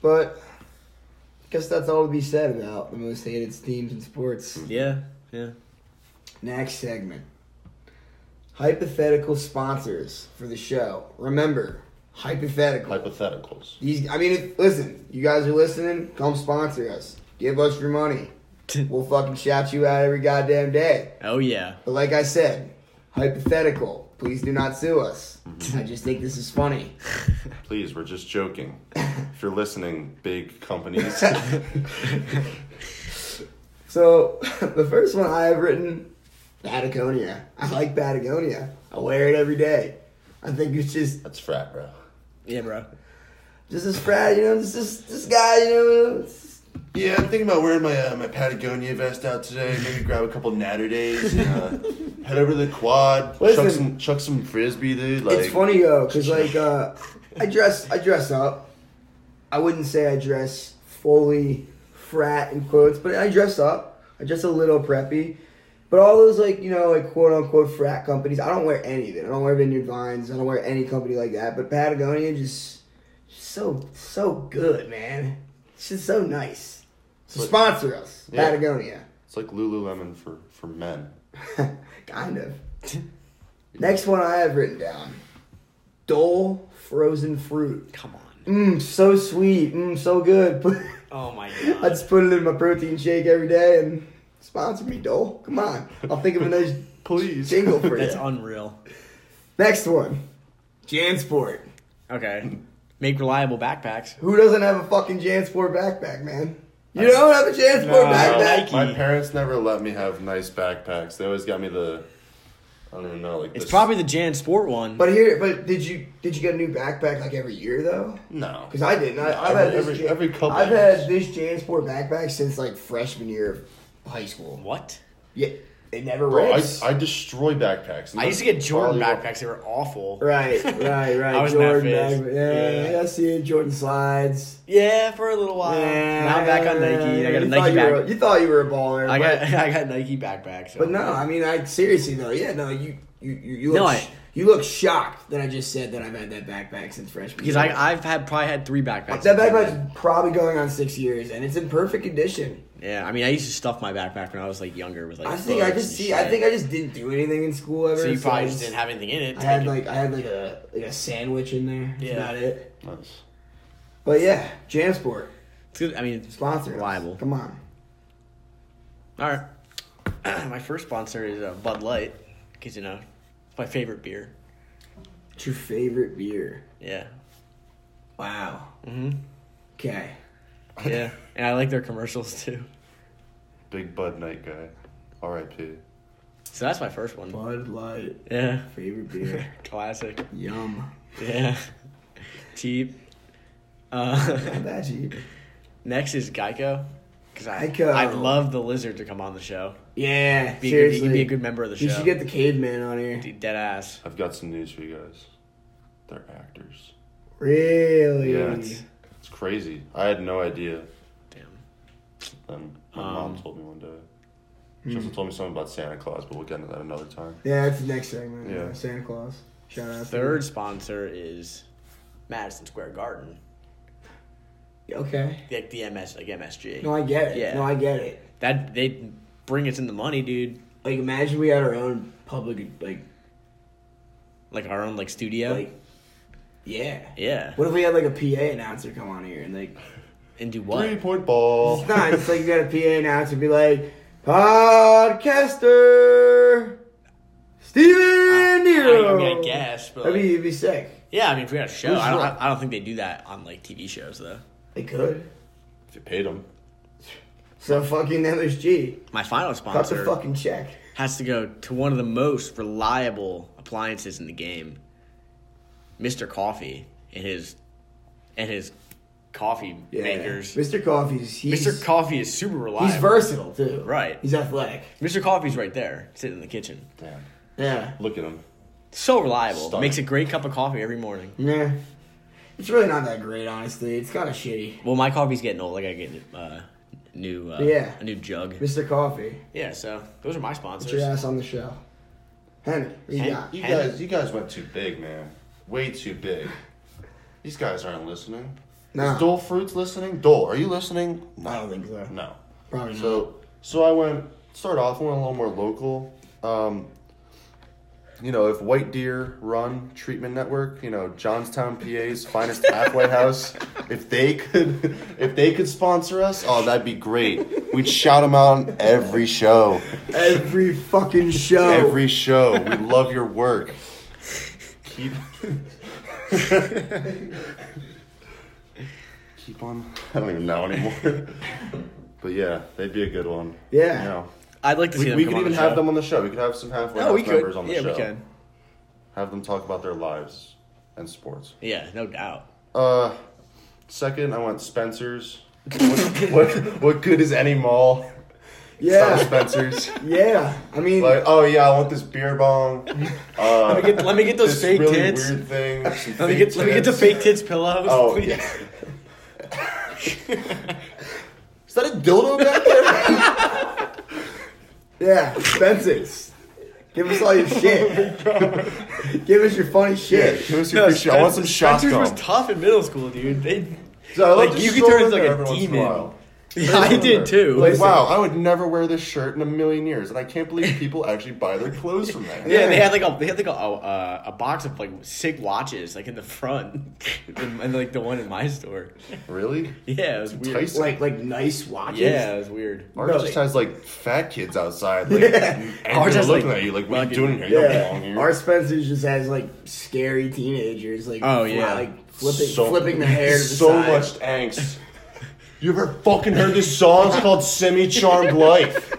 A: But I guess that's all to be said about the most hated teams in sports.
B: Yeah,
A: [LAUGHS]
B: yeah.
A: Next segment. Hypothetical sponsors for the show. Remember, hypothetical.
C: Hypotheticals.
A: These, I mean, if, listen, you guys are listening. Come sponsor us. Give us your money. We'll fucking shout you out every goddamn day.
B: Oh yeah. [LAUGHS]
A: But like I said, hypothetical. Please do not sue us. I just think this is funny.
C: Please, we're just [LAUGHS] joking. if you're listening, big [LAUGHS] companies.
A: [LAUGHS] So the first one I have written, Patagonia. I like Patagonia. I wear it every day. I think it's just
C: That's frat, bro.
B: Yeah, bro.
A: just this frat, you know, just this this guy, you know. it's-
C: Yeah, I'm thinking about wearing my uh, my Patagonia vest out today. Maybe grab a couple natter days and [LAUGHS] uh, head over to the quad.
A: Listen.
C: Chuck some chuck some frisbee, dude. Like
A: it's funny though, cause like uh, I dress I dress up. I wouldn't say I dress fully frat in quotes, but I dress up. I dress a little preppy. But all those like you know like quote unquote frat companies, I don't wear any of it. I don't wear Vineyard Vines. I don't wear any company like that. But Patagonia just so so good, man. It's just so nice. So
C: But-
A: sponsor us,
C: Yeah.
A: Patagonia.
C: It's like Lululemon for for men.
A: [LAUGHS] kind of. Next one I have written down. Dole frozen fruit.
B: Come on.
A: Mmm, so sweet. Mmm, so good. [LAUGHS]
B: Oh my
A: I
B: god.
A: just put it in my protein shake every day and sponsor me, Dole. Come on. I'll think of a nice
C: Please.
A: jingle for you.
B: That's unreal.
A: Next one. Jansport.
B: Okay. Make reliable backpacks.
A: Who doesn't have a fucking Jansport backpack, man? You don't have a Jansport
B: No.
A: backpack.
B: Nike.
C: My parents never let me have nice backpacks. They always got me the I don't even know like
B: It's
C: this-
B: probably the Jan Sport one.
A: But here, but did you did you get a new backpack like every year though?
C: no.
A: Because I didn't. I,
C: No,
A: I've had
C: every-
A: this, Jan-
C: every couple
A: I've
C: years.
A: had this JanSport backpack since like freshman year of high school.
B: what?
A: Yeah, it never
C: Bro, I,
A: rips.
C: I destroy backpacks. And
B: I used to
C: that's
B: get Jordan
C: probably what-
B: backpacks. They were awful.
C: [LAUGHS]
A: right, right, right.
B: I was in that
A: Jordan,
B: phase.
A: back- yeah,
B: Yeah.
A: I see it. Jordan slides.
B: Yeah, for a little while. now I'm back on Nike. I got a
A: You thought
B: Nike
A: you were-
B: back.
A: You thought you were a baller.
B: I
A: [LAUGHS]
B: got
A: but,
B: I got Nike backpacks. so-
A: but no, I mean, I seriously though. Yeah, no, you you you, you look.
B: No,
A: sh-
B: I-
A: you look shocked that I just said that I've had that backpack since freshman.
B: because
A: year.
B: I I've had probably had three backpacks.
A: that backpack's probably going on six years and it's in perfect condition.
B: Yeah, I mean, I used to stuff my backpack when I was like younger with like.
A: I think I
B: books
A: just
B: and
A: see.
B: shit.
A: I think I just didn't do anything in school ever.
B: So you probably
A: I
B: just didn't have anything in it.
A: I had
B: Like,
A: like I had like a like a sandwich in there. That's
B: Yeah.
A: about it.
C: Nice.
A: But yeah, Jansport
B: it's good. I mean, it's
A: sponsored. us.
B: Reliable.
A: Come on.
B: All right. [CLEARS THROAT] my first sponsor is uh, Bud Light, because you know, it's my favorite beer.
A: What's your favorite beer? [LAUGHS]
B: Yeah.
A: Wow.
B: hmm
A: Okay.
B: Yeah, and I like their commercials too.
C: Big Bud Night guy. R.I.P.
B: So that's my first one.
A: Bud Light
B: Yeah.
A: favorite
B: [LAUGHS]
A: beer.
B: Classic.
A: Yum.
B: Yeah. cheap. Uh, [LAUGHS]
A: Not that cheap.
B: next is Geico. Because I,
A: Geico.
B: I'd love the lizard to come on the show.
A: Yeah.
B: Be a good,
A: seriously,
B: he'd be a good member of the show.
A: you should get the caveman on here.
B: Dude, dead ass.
C: I've got some news for you guys. They're actors.
A: Really?
C: Yeah, it's, it's crazy. I had no idea.
B: Damn.
C: Then my
B: Um,
C: mom told me one day. She also told me something about Santa Claus, but we'll get into that another time.
A: Yeah, that's the next segment.
C: Yeah.
A: Yeah. Santa Claus. Shout out. to
B: Third sponsor is Madison Square Garden.
A: you. Okay.
B: Like the MS, like MSG.
A: No, I get it.
B: Yeah.
A: No, I get it.
B: that they bring us in the money, dude.
A: Like, imagine we had our own public, like,
B: Like our own like studio.
A: like, yeah.
B: yeah.
A: What if we had like a PA announcer come on here and like,
B: And do what?
C: Three point ball.
A: it's
C: [LAUGHS]
A: not. It's like you got a PA announcer be like, podcaster Steven
B: I, mean, I
A: Nero.
B: mean, I guess, but
A: I mean,
B: like-
A: it'd be sick.
B: yeah, I mean, if we had a show,
C: Who's
B: I don't,
C: that?
B: I don't think they do that on like TV shows though.
A: They could.
C: If you paid him.
A: So fucking MSG.
B: My final
A: Cut the
B: sponsor
A: fucking check.
B: has to go to one of the most reliable appliances in the game, Mister Coffee and his and his coffee
A: Yeah.
B: makers.
A: Mr. Coffee's. He's,
B: Mister Coffee is super reliable.
A: He's versatile too.
B: Right.
A: He's athletic.
B: Mr. Coffee's right there, sitting in the kitchen.
C: Damn.
A: Yeah.
C: Look at him.
B: So reliable.
C: Stunning.
B: Makes a great cup of coffee every morning.
A: Nah. It's really not that great, honestly. It's kind of shitty.
B: Well, my coffee's getting old. I gotta get uh, new, uh,
A: Yeah.
B: a new jug.
A: Mr. Coffee,
B: Yeah. So those are my sponsors.
A: put your ass on the show. Henry, what you
B: Hen-
A: got?
C: You
B: Hey.
C: guys, you guys went too big, man. Way too big. These guys aren't listening.
A: No.
C: Is Dole Fruits listening? Dole, are you listening? No.
A: I don't think so.
C: No.
A: Probably not.
C: So, so I went. Start off. Went a little more local. Um, you know, if White Deer Run Treatment Network, you know, Johnstown, PA's finest halfway house, if they could, [LAUGHS] if they could sponsor us, oh, that'd be great. We'd shout them out on every show.
A: Every fucking show.
C: Every show. We love your work. Keep [LAUGHS] Keep on. I don't even know anymore. but yeah, they'd be a good one.
A: Yeah.
C: You know.
B: I'd like to see
C: We,
B: them.
C: we
B: come
C: could
B: on
C: even
B: the
C: have
B: show.
C: them on the show. We could have some halfway
B: No, we
C: house
B: could.
C: members on the
B: yeah,
C: show.
B: we can.
C: Have them talk about their lives and sports.
B: Yeah, no doubt.
C: Uh, second, I
B: [LAUGHS]
C: want Spencer's. what, what, what good is any mall? Stop
A: yeah.
C: Spencer's.
A: yeah. I mean,
C: Like, oh yeah, I want this beer
B: [LAUGHS]
C: bong. Uh,
B: Let me get, let me get those
C: this
B: fake
C: really
B: tits.
C: Weird thing. some
B: Let me
C: fake
B: get let me get the
C: tits.
B: fake tits pillows. [LAUGHS]
C: Oh
B: please.
C: yeah. Is that a dildo back there?
A: yeah. Spencer's. Give us all your shit. Give us your funny
C: yeah.
A: shit.
C: Give us your free shit. I want some shot
B: Spencer's was
C: gum.
B: tough in middle school, dude. They,
C: So I
B: like,
C: to
B: you could
C: stroll
B: turn
C: in
B: into, like, a
C: there every once in
B: demon.
C: while.
B: [LAUGHS] yeah, I did too.
C: Like,
A: Listen.
C: wow, I would never wear this shirt in a million years, and I can't believe people actually buy their clothes from that.
B: yeah, they had like a they had like a a, uh, a box of like sick watches like in the front, [LAUGHS] and, and like the one in my store.
C: Really?
B: Yeah, it was weird.
C: Tyson.
A: Like, like nice watches.
B: Yeah, it was weird.
C: Ours
A: Really?
C: just has like fat kids
A: [LAUGHS]
C: outside, like and
B: Ours
C: they're
B: has,
C: looking
B: like,
C: at you, like what are you
B: fucking-
C: doing here? You don't belong
A: Yeah.
C: here.
A: Our Spencer's just has like scary teenagers. Like,
B: Oh,
A: fly-
B: yeah.
A: Like flipping,
C: So-
A: flipping their hair to the
C: [LAUGHS] so
A: side.
C: much
A: [LAUGHS]
C: angst. You ever fucking heard this song? It's called Semi Charmed Life.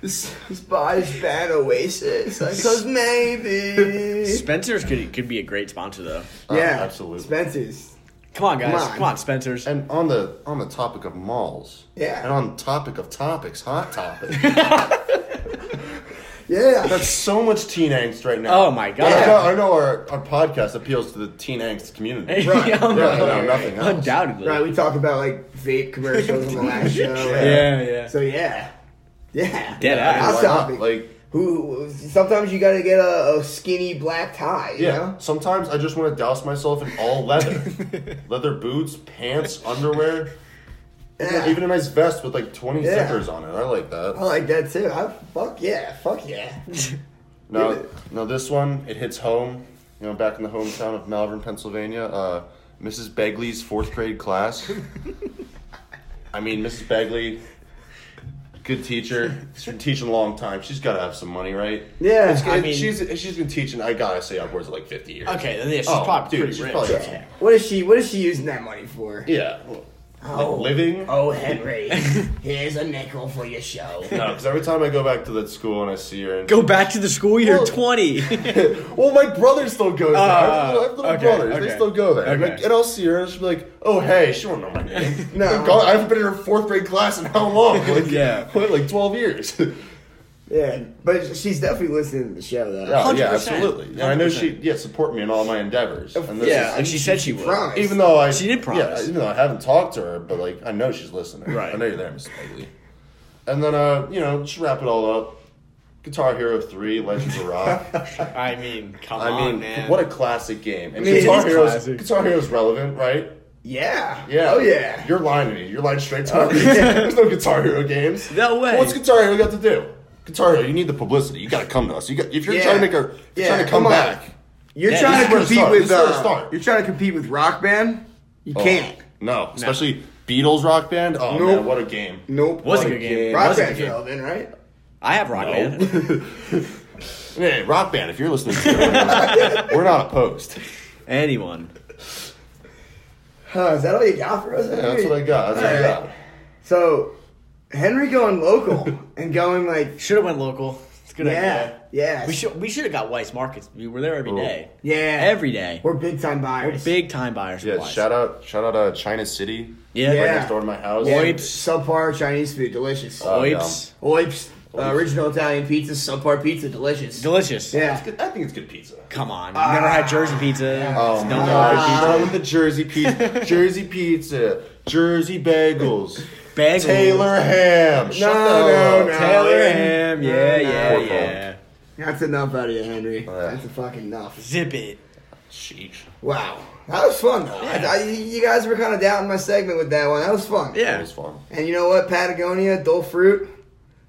A: This, this body's bad oasis. I suppose maybe.
B: Spencer's could could be a great sponsor though.
A: [LAUGHS]
C: Uh,
A: yeah,
C: absolutely.
A: Spencer's.
B: Come on, guys. Come
A: Come
B: on,
A: on.
B: Spencer's.
C: And on the on the topic of malls.
A: Yeah.
C: And on topic of topics,
A: [LAUGHS]
C: hot topic.
A: Yeah.
C: That's so much teen angst right now.
B: Oh my
C: I
B: god. [LAUGHS]
C: know, I know our, our podcast appeals to the teen angst community.
A: Right.
B: Yeah,
A: Right,
C: Yeah, I know
A: right,
C: nothing else.
B: Undoubtedly.
A: Right, we talked about like vape commercials on the last show.
B: Yeah, yeah.
A: So yeah, yeah.
B: Dead
C: I mean,
B: ass.
A: Hot
C: why not?
A: topic.
C: Like,
A: Who? Sometimes you gotta get a, a skinny black tie. You
C: yeah.
A: Know?
C: Sometimes I just want
A: [LAUGHS]
C: to douse myself in all leather, leather boots, pants, underwear.
A: Yeah.
C: Even a nice vest with like 20
A: Yeah.
C: stickers on it. I like that.
A: I like that too. I fuck yeah, fuck yeah.
C: Now,
A: Give
C: now this one, it hits home. You know, back in the hometown of Malvern, Pennsylvania, uh, Mrs. Begley's fourth
A: [LAUGHS]
C: grade class. I mean, Mrs. Begley, good teacher. She's been teaching a long time. She's got to have some money, right?
A: Yeah,
C: It's,
B: I
C: it-
B: mean-
C: she's she's been teaching. I gotta say, upwards of like fifty years.
B: Okay, then yeah, she's
C: Oh,
B: probably
C: dude,
B: pretty
C: she's
B: rich.
C: probably-
A: yeah. What is she? What is she using that money for?
C: Yeah.
A: Oh.
C: Like living.
A: Oh
C: [LAUGHS]
A: Henry, here's a nickel for your show.
C: No, because Uh, every time I go back to that school and I see her, and
B: Go back to the school year
C: Well-
B: 20.
C: well, my brother still goes there. I have little, I have little
B: okay,
C: brothers. They
B: okay.
C: still go there. And,
B: Okay.
C: like, and I'll see her, and she'll be like, "Oh, hey, she won't know my [LAUGHS] name.
A: No.
C: They're gone- I haven't been in her fourth grade class in how [LAUGHS] long? Like,
B: Yeah.
C: what, like twelve [LAUGHS] years.
A: Yeah, but she's definitely listening to the show though.
C: yeah, yeah,
B: 100%.
C: absolutely. And I know she, yeah, support me in all my endeavors. And this
B: yeah, [LAUGHS]
C: is-
B: and she said she would.
A: Promise.
C: even though I,
B: She did promise.
C: Yeah, even though I haven't talked to her, but like I know she's listening.
B: Right.
C: I know you're there, Miss Bagley. And then, uh, you know, just wrap it all up. Guitar Hero Three, Legends of Rock. [LAUGHS]
B: I mean, come
C: I
B: on,
C: mean,
B: man.
C: what a classic game. And
A: mean, it
C: Guitar
A: is
C: Hero's
B: classic.
C: Guitar Hero's relevant, right?
A: Yeah.
C: Yeah.
A: Oh yeah. Oh,
C: You're lying to me. You're lying straight to me. [LAUGHS] There's no Guitar Hero games.
B: No way.
C: What's Guitar Hero got to do? Guitar Hero, you need the publicity. You got to come to us. You got if you're
A: Yeah.
C: trying to make a, if you're
A: Yeah,
C: trying to come,
A: come on.
C: back.
A: You're
B: Yeah,
A: trying to
B: this is where
C: it
A: compete
C: starts.
A: with.
C: This is where it
A: uh,
C: starts.
A: You're trying to compete with Rock Band. You
C: Oh,
A: can't.
C: No, especially Beatles Rock band. Oh
A: Nope.
C: man, what a game.
A: Nope.
B: Was a
A: Like,
B: good game.
A: Rock
B: Was a good
A: Band's
B: game.
A: relevant, right?
B: I have rock band.
C: [LAUGHS] Hey, Rock Band, if you're listening to
A: [LAUGHS]
C: it, we're not opposed.
B: Anyone.
A: Huh, is that all you got for us?
C: Yeah, that's what I got. That's what I got.
A: So, Henry going
C: [LAUGHS]
A: local and going like,
B: Should have went local. It's a good
A: yeah,
B: idea.
A: yeah.
B: We should we should have got Weiss Markets. We were there every
C: Oh.
B: day.
A: Yeah.
B: Every day.
A: We're big time buyers.
B: big time buyers.
C: Yeah,
B: of Weiss.
C: shout out, shout out, uh, China City.
B: Yeah.
C: right
A: Yeah.
C: next door to my house.
A: Yeah,
B: Oips. Uh,
A: Subpar Chinese food, delicious.
C: Oh,
B: Oips.
A: Oips, uh, original Italian pizza, subpar pizza, delicious.
B: Delicious.
A: yeah.
C: It's good- I think it's good pizza.
B: Come on. You've never had Jersey pizza.
C: Oh
B: Don't
C: my
B: know
C: gosh,
B: about
C: done with the Jersey pizza, Jersey pizza, Jersey [LAUGHS] bagels,
B: pizza. Bagel.
C: Taylor ham. Shut
A: No,
C: the hell
A: no,
C: up.
A: no.
B: Taylor ham. Yeah, yeah,
C: Pork roll.
B: yeah.
A: That's enough out of you, Henry.
C: Yeah.
A: That's a fucking enough.
B: Zip it.
C: Sheesh.
A: Wow, that was fun though. I- I- you guys were kind of doubting my segment with that one. That was fun.
B: Yeah.
C: That was fun.
A: And you know what, Patagonia, Dole Fruit,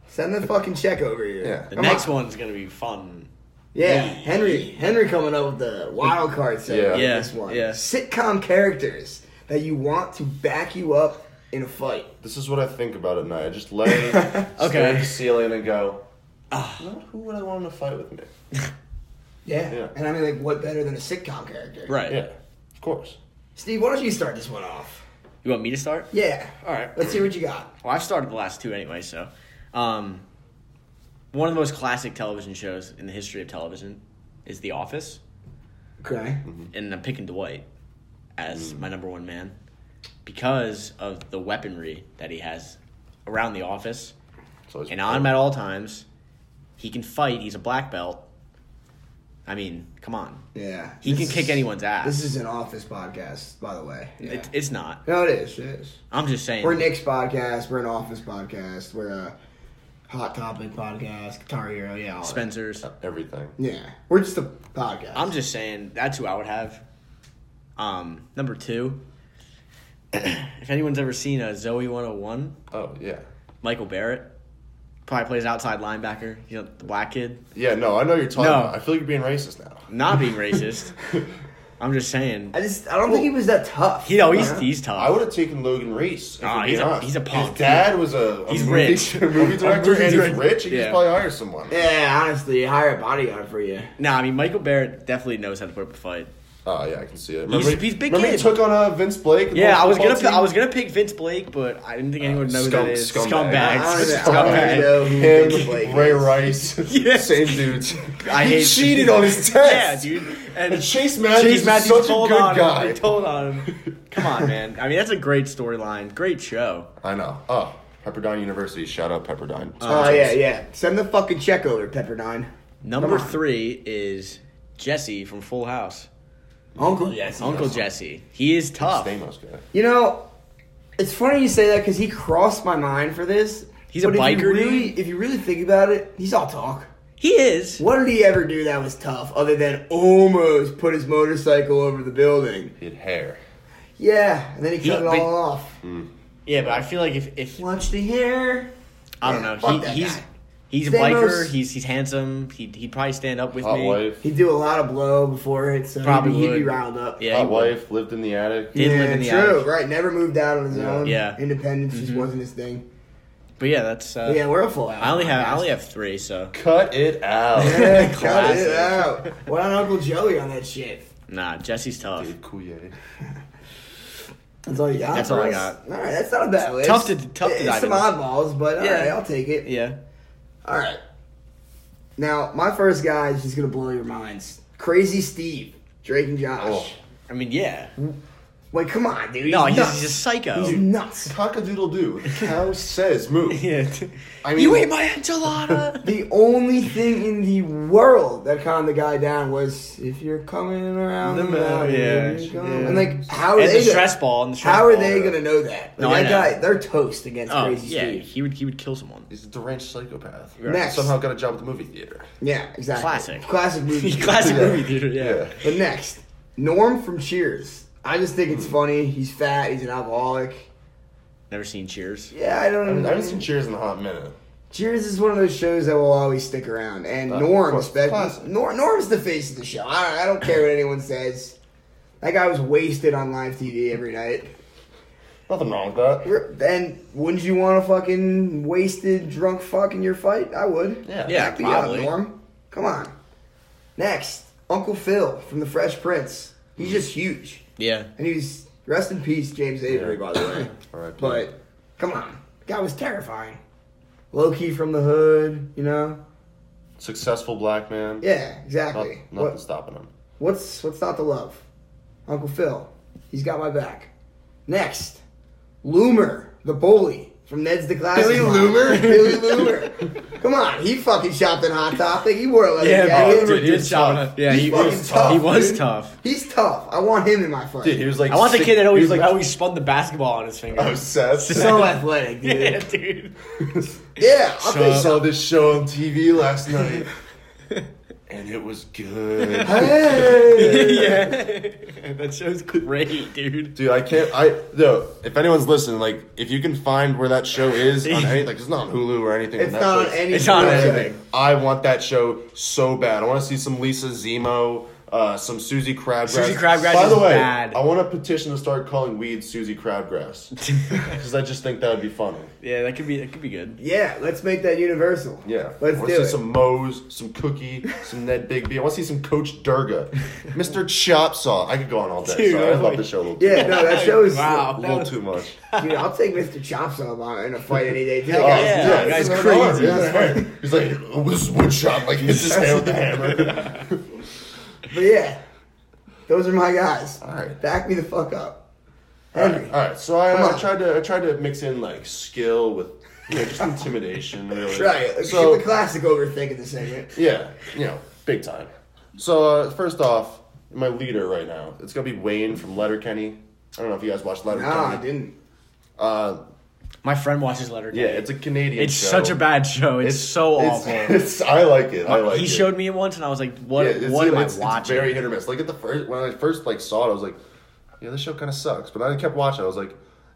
A: send the fucking check over here.
C: Yeah.
B: The
A: Come
B: next
A: on.
B: one's gonna be fun.
A: Yeah, Henry. Henry coming up with the wild card segment.
C: Yeah.
A: Yeah.
B: Yeah,
A: This one.
B: yeah.
A: Sitcom characters that you want to back you up in a fight.
C: This is what I think about at night. I just lay, okay. stare at the ceiling and go, "Ah, "Not who would I want to fight with me?
A: Yeah.
C: Yeah.
A: And I mean, like, what better than a sitcom character?
B: Right.
C: Yeah, of course.
A: Steve, why don't you start this one off?
B: You want me to start?
A: Yeah.
B: All right.
A: Let's see what you got.
B: Well, I've started the last two anyway, so. Um, one of the most classic television shows in the history of television is The Office,
A: Okay.
B: and I'm picking Dwight as
A: Hmm.
B: my number one man because of the weaponry that he has around the office
C: It's always
B: and on him at all times. He can fight. He's a black belt. I mean, come on.
A: Yeah.
B: He
A: This
B: can
A: is-
B: kick anyone's ass.
A: This is an office podcast, by the way. Yeah.
B: It, it's not.
A: no, it is. It is.
B: I'm just saying.
A: We're Nick's podcast. We're an office podcast. We're a hot topic podcast. Guitar Hero. Yeah. All that.
B: Spencer's.
C: everything.
A: Yeah. We're just a podcast.
B: I'm just saying that's who I would have. Um, number two. [CLEARS THROAT] if anyone's ever seen a Zoe 101,
C: Oh yeah,
B: Michael Barrett probably plays outside linebacker. You know, the black kid.
C: yeah. No, I know you're talking.
B: No.
C: About. I feel like you're being racist now.
B: Not being [LAUGHS] racist.
C: [LAUGHS]
B: I'm just saying.
A: I just I don't think he was that tough. Uh-huh.
B: He, no, he's, he's
C: I
B: tough.
C: would have taken Logan Reese. if
B: Nah,
C: I'm being
B: he's a-
C: honest.
B: he's a punk.
C: His dad was a, a
B: He's
C: movie,
B: rich.
C: [LAUGHS] a
B: [LAUGHS]
C: movie director,
B: movie
C: and he's
B: director.
C: rich. He
B: Yeah.
C: could probably hire someone.
A: yeah, honestly, hire a bodyguard for you.
B: No, I mean, Michael Barrett definitely knows how to put up a fight.
C: Oh yeah, I can see it.
B: He's-
C: Remember,
B: he's big
C: Remember
B: kid.
C: he took on uh, Vince Blake. in the
B: Yeah, I was
C: football
B: gonna I
C: team?
B: was gonna pick Vince Blake, but I didn't think anyone would know who
C: Uh, Scum-
A: I
B: that is. Scumbags.
C: scumbag.
A: don't know.
B: Scumbag.
A: I don't know who Vince Blake
C: him, Ray
A: is.
B: [LAUGHS]
C: Rice,
A: [LAUGHS]
B: Yeah.
C: same dudes.
B: I
C: he
B: hate-
C: cheated on his
B: Yeah,
C: test.
B: dude. And,
C: And Chase Matthews is such a
B: told
C: good
B: on
C: guy.
B: Him. He told on him. Come on, man. I mean, that's a great storyline. Great show.
C: I know. Oh, Pepperdine University. Shout out Pepperdine.
A: Oh yeah, yeah. Send the fucking check over, Pepperdine.
B: Number
A: Come on.
B: three is Jesse from Full House.
A: Uncle Jesse.
B: Uncle Jesse. He is tough.
C: Stamos guy.
A: You know, it's funny you say that because he crossed my mind for this.
B: He's a
A: But if you
B: biker,
A: really,
B: dude.
A: If you really think about it, he's all talk.
B: He is.
A: What did he ever do that was tough, other than almost put his motorcycle over the building?
C: He had hair.
A: Yeah, and then he
B: He-
A: cut it
B: but-
A: all off.
B: Yeah, but I feel like if, if
A: Watch the hair.
B: I don't know,
A: Fuck
B: he,
A: that
B: he's
A: guy.
B: he's a
A: Thanos.
B: biker. He's he's handsome. He he'd probably stand up with
C: Hot
B: me.
C: wife.
A: He'd do a lot of blow before it, so
B: Probably
A: he'd, be- he'd be
B: would.
A: riled up.
B: Yeah, he
C: Hot
B: would.
C: wife lived in the attic.
B: Did live in the
A: true,
B: attic.
A: right? Never moved out on his
C: Yeah.
A: own.
B: Yeah.
A: independence just
B: Mhm.
A: wasn't his thing.
B: But yeah, that's. Uh,
A: But yeah, we're a full out.
B: I only have I only have three, so
C: Cut it out.
A: [LAUGHS]
C: [LAUGHS]
A: Yeah, cut
B: [LAUGHS] Classic.
A: it out. Why not Uncle Joey on that shit?
B: nah. Jesse's tough. [LAUGHS]
C: Dude, Couillet.
A: That's all you got.
B: That's all I
A: Bruce?
B: got.
A: All right, that's not a bad list.
B: tough to- tough to
A: It's
B: dive
A: some
B: in.
A: oddballs, but all
B: Yeah.
A: right, I'll take it.
B: Yeah,
A: All right. Now, my first guy is just gonna blow your minds. Crazy Steve, Drake and Josh.
C: Oh.
B: I mean, yeah.
A: Wait, come on, dude. He's
B: No, he's,
A: nuts.
B: he's a psycho.
C: Oh.
A: He's nuts.
C: Cockadoodle doo. Cow says
B: [LAUGHS]
C: move.
B: yeah.
C: I mean-
B: you ate my enchilada.
A: The only thing in the world that calmed the guy down was if you're coming around
B: The
A: the
B: mountain,
A: mountain,
B: yeah,
A: you come-"
B: yeah.
A: and like how are
B: and
A: they
B: the
A: gonna-
B: stress ball and the stress
A: how are
B: ball.
A: they gonna know that? Like,
B: No, I
A: that
B: know.
A: guy, they're toast against
B: Oh
A: Crazy
B: yeah,
A: Steve.
B: he would he would kill [LAUGHS] someone.
C: He's a deranged psychopath.
A: Next.
C: Somehow got a job at the movie theater.
A: Yeah, exactly.
B: Classic.
A: classic movie.
B: [LAUGHS] Classic
C: Yeah.
B: movie theater. Yeah.
A: But next, Norm from Cheers. I just think
C: Hmm.
A: it's funny. He's fat. He's an alcoholic.
B: Never seen Cheers.
A: Yeah, I
C: I
A: don't.
C: haven't- I
A: know.
C: haven't seen Cheers in a hot minute.
A: Cheers is one of those shows that will always stick around, and
C: Uh, of
A: Norm,
C: course,
A: especially
C: classic.
A: Norm, Norm's the face of the show. I, I don't care what anyone says. That guy was wasted on live TV every night.
C: Nothing wrong with that.
A: And wouldn't you want a fucking wasted drunk fuck in your fight? I would.
C: Yeah.
B: Yeah,
A: Back me up,
B: probably.
A: Norm. Come on. Next, Uncle Phil from The Fresh Prince. He's just huge,
B: Yeah.
A: and he's rest in peace, James Avery, by the
C: [COUGHS]
A: way.
C: All right.
A: But come on, guy was terrifying. Low key from the hood, you know.
C: successful black man.
A: Yeah,
C: Not,
A: exactly.
C: nothing
A: What,
C: stopping him.
A: what's what's not to love? Uncle Phil, he's got my back. Next, Loomer, the bully from Ned's the Classic.
C: Billy
A: Mom. [LAUGHS]
C: Loomer?
A: Billy Loomer. Come on, he fucking shopped in Hot Topic. He wore a leather
B: Yeah,
A: jacket.
B: dude, he was
C: tough.
B: tough. Yeah,
A: He's
B: he
A: fucking
B: was
A: tough,
B: He was
A: dude.
B: tough.
A: He's tough. I want him in my fight.
C: Dude, he was like.
B: I want the
C: sick-
B: kid that always
C: he was
B: like "Oh,
C: like "Oh,
B: always spun the basketball on his finger. [LAUGHS]
C: obsessed.
A: so athletic, dude.
B: yeah,
A: Yeah,
B: dude. [LAUGHS]
A: I'll tell
B: So-
A: you
C: [LAUGHS] I
A: something.
C: saw this show on TV
B: [LAUGHS]
C: last night, and it was good.
A: Hey.
B: [LAUGHS] yeah, that show's great, dude. [LAUGHS]
C: Dude, I can't. I no. If anyone's listening, like, if you can find where that
B: [LAUGHS]
C: show is on any, like, it's not on Hulu or anything.
A: It's not on
C: Netflix.
A: any.
B: It's not on
A: website.
B: anything.
C: I want that show so bad. I want to see some Lisa Zemo, uh, some Susie Crabgrass.
B: Susie Crabgrass
C: By the
B: is
C: way,
B: bad.
C: I want to petition to start calling weed Susie Crabgrass
B: [LAUGHS]
C: because I just think that would be funny.
B: Yeah, that could be that could be good.
A: Yeah, let's make that universal.
C: Yeah,
A: let's do
C: I want to see
A: it.
C: some Moe's, some Cookie, some Ned Bigby. I want to see some Coach
B: [LAUGHS]
C: Durga, Mr. Chop Saw. I could go on all day.
B: Dude,
C: Sorry, I
B: really? Oh,
C: love the show a little,
A: Yeah, no, that show is
B: Wow.
C: a little too much.
A: Dude, I'll take Mr. Chops up on in a fight any day. Dude, that
C: Oh,
A: guy's
B: [LAUGHS]
A: nuts.
B: yeah, that guy's
C: it's
B: crazy.
C: hard. Yeah, it's hard. He's like, oh, this is wood shop. Like,
B: [LAUGHS]
C: hits his hand with the hammer.
A: But yeah, those are my guys.
C: All right.
A: Back me the fuck up.
C: All
A: Henry.
C: right, all right. So I, uh,
A: Come
C: I
A: on.
C: tried to I tried to mix in like skill with you know just intimidation
A: [LAUGHS]
C: really.
A: Right. Let's
C: So
A: get the classic overthinking the segment.
C: yeah, you know, big time. So uh, first off, my leader right now it's gonna be Wayne from Letterkenny. I don't know if you guys watched
A: Nah, I
C: Letterkenny.
A: didn't.
C: uh,
B: My friend watches Letter.
C: yeah, it's a Canadian.
B: it's
C: show.
B: such a bad show. It's, so
C: it's,
B: awful. [LAUGHS]
C: [LAUGHS] It's, I like it. I like
B: Uh, he
C: it.
B: showed me it once, and I was like, "What?
C: Yeah, it's,
B: what am
C: it's-
B: I
C: it's
B: watching?"
C: very hit or miss. Like at the first when I first like saw it, I was like, yeah, this show kind of sucks. But I kept watching. I was like,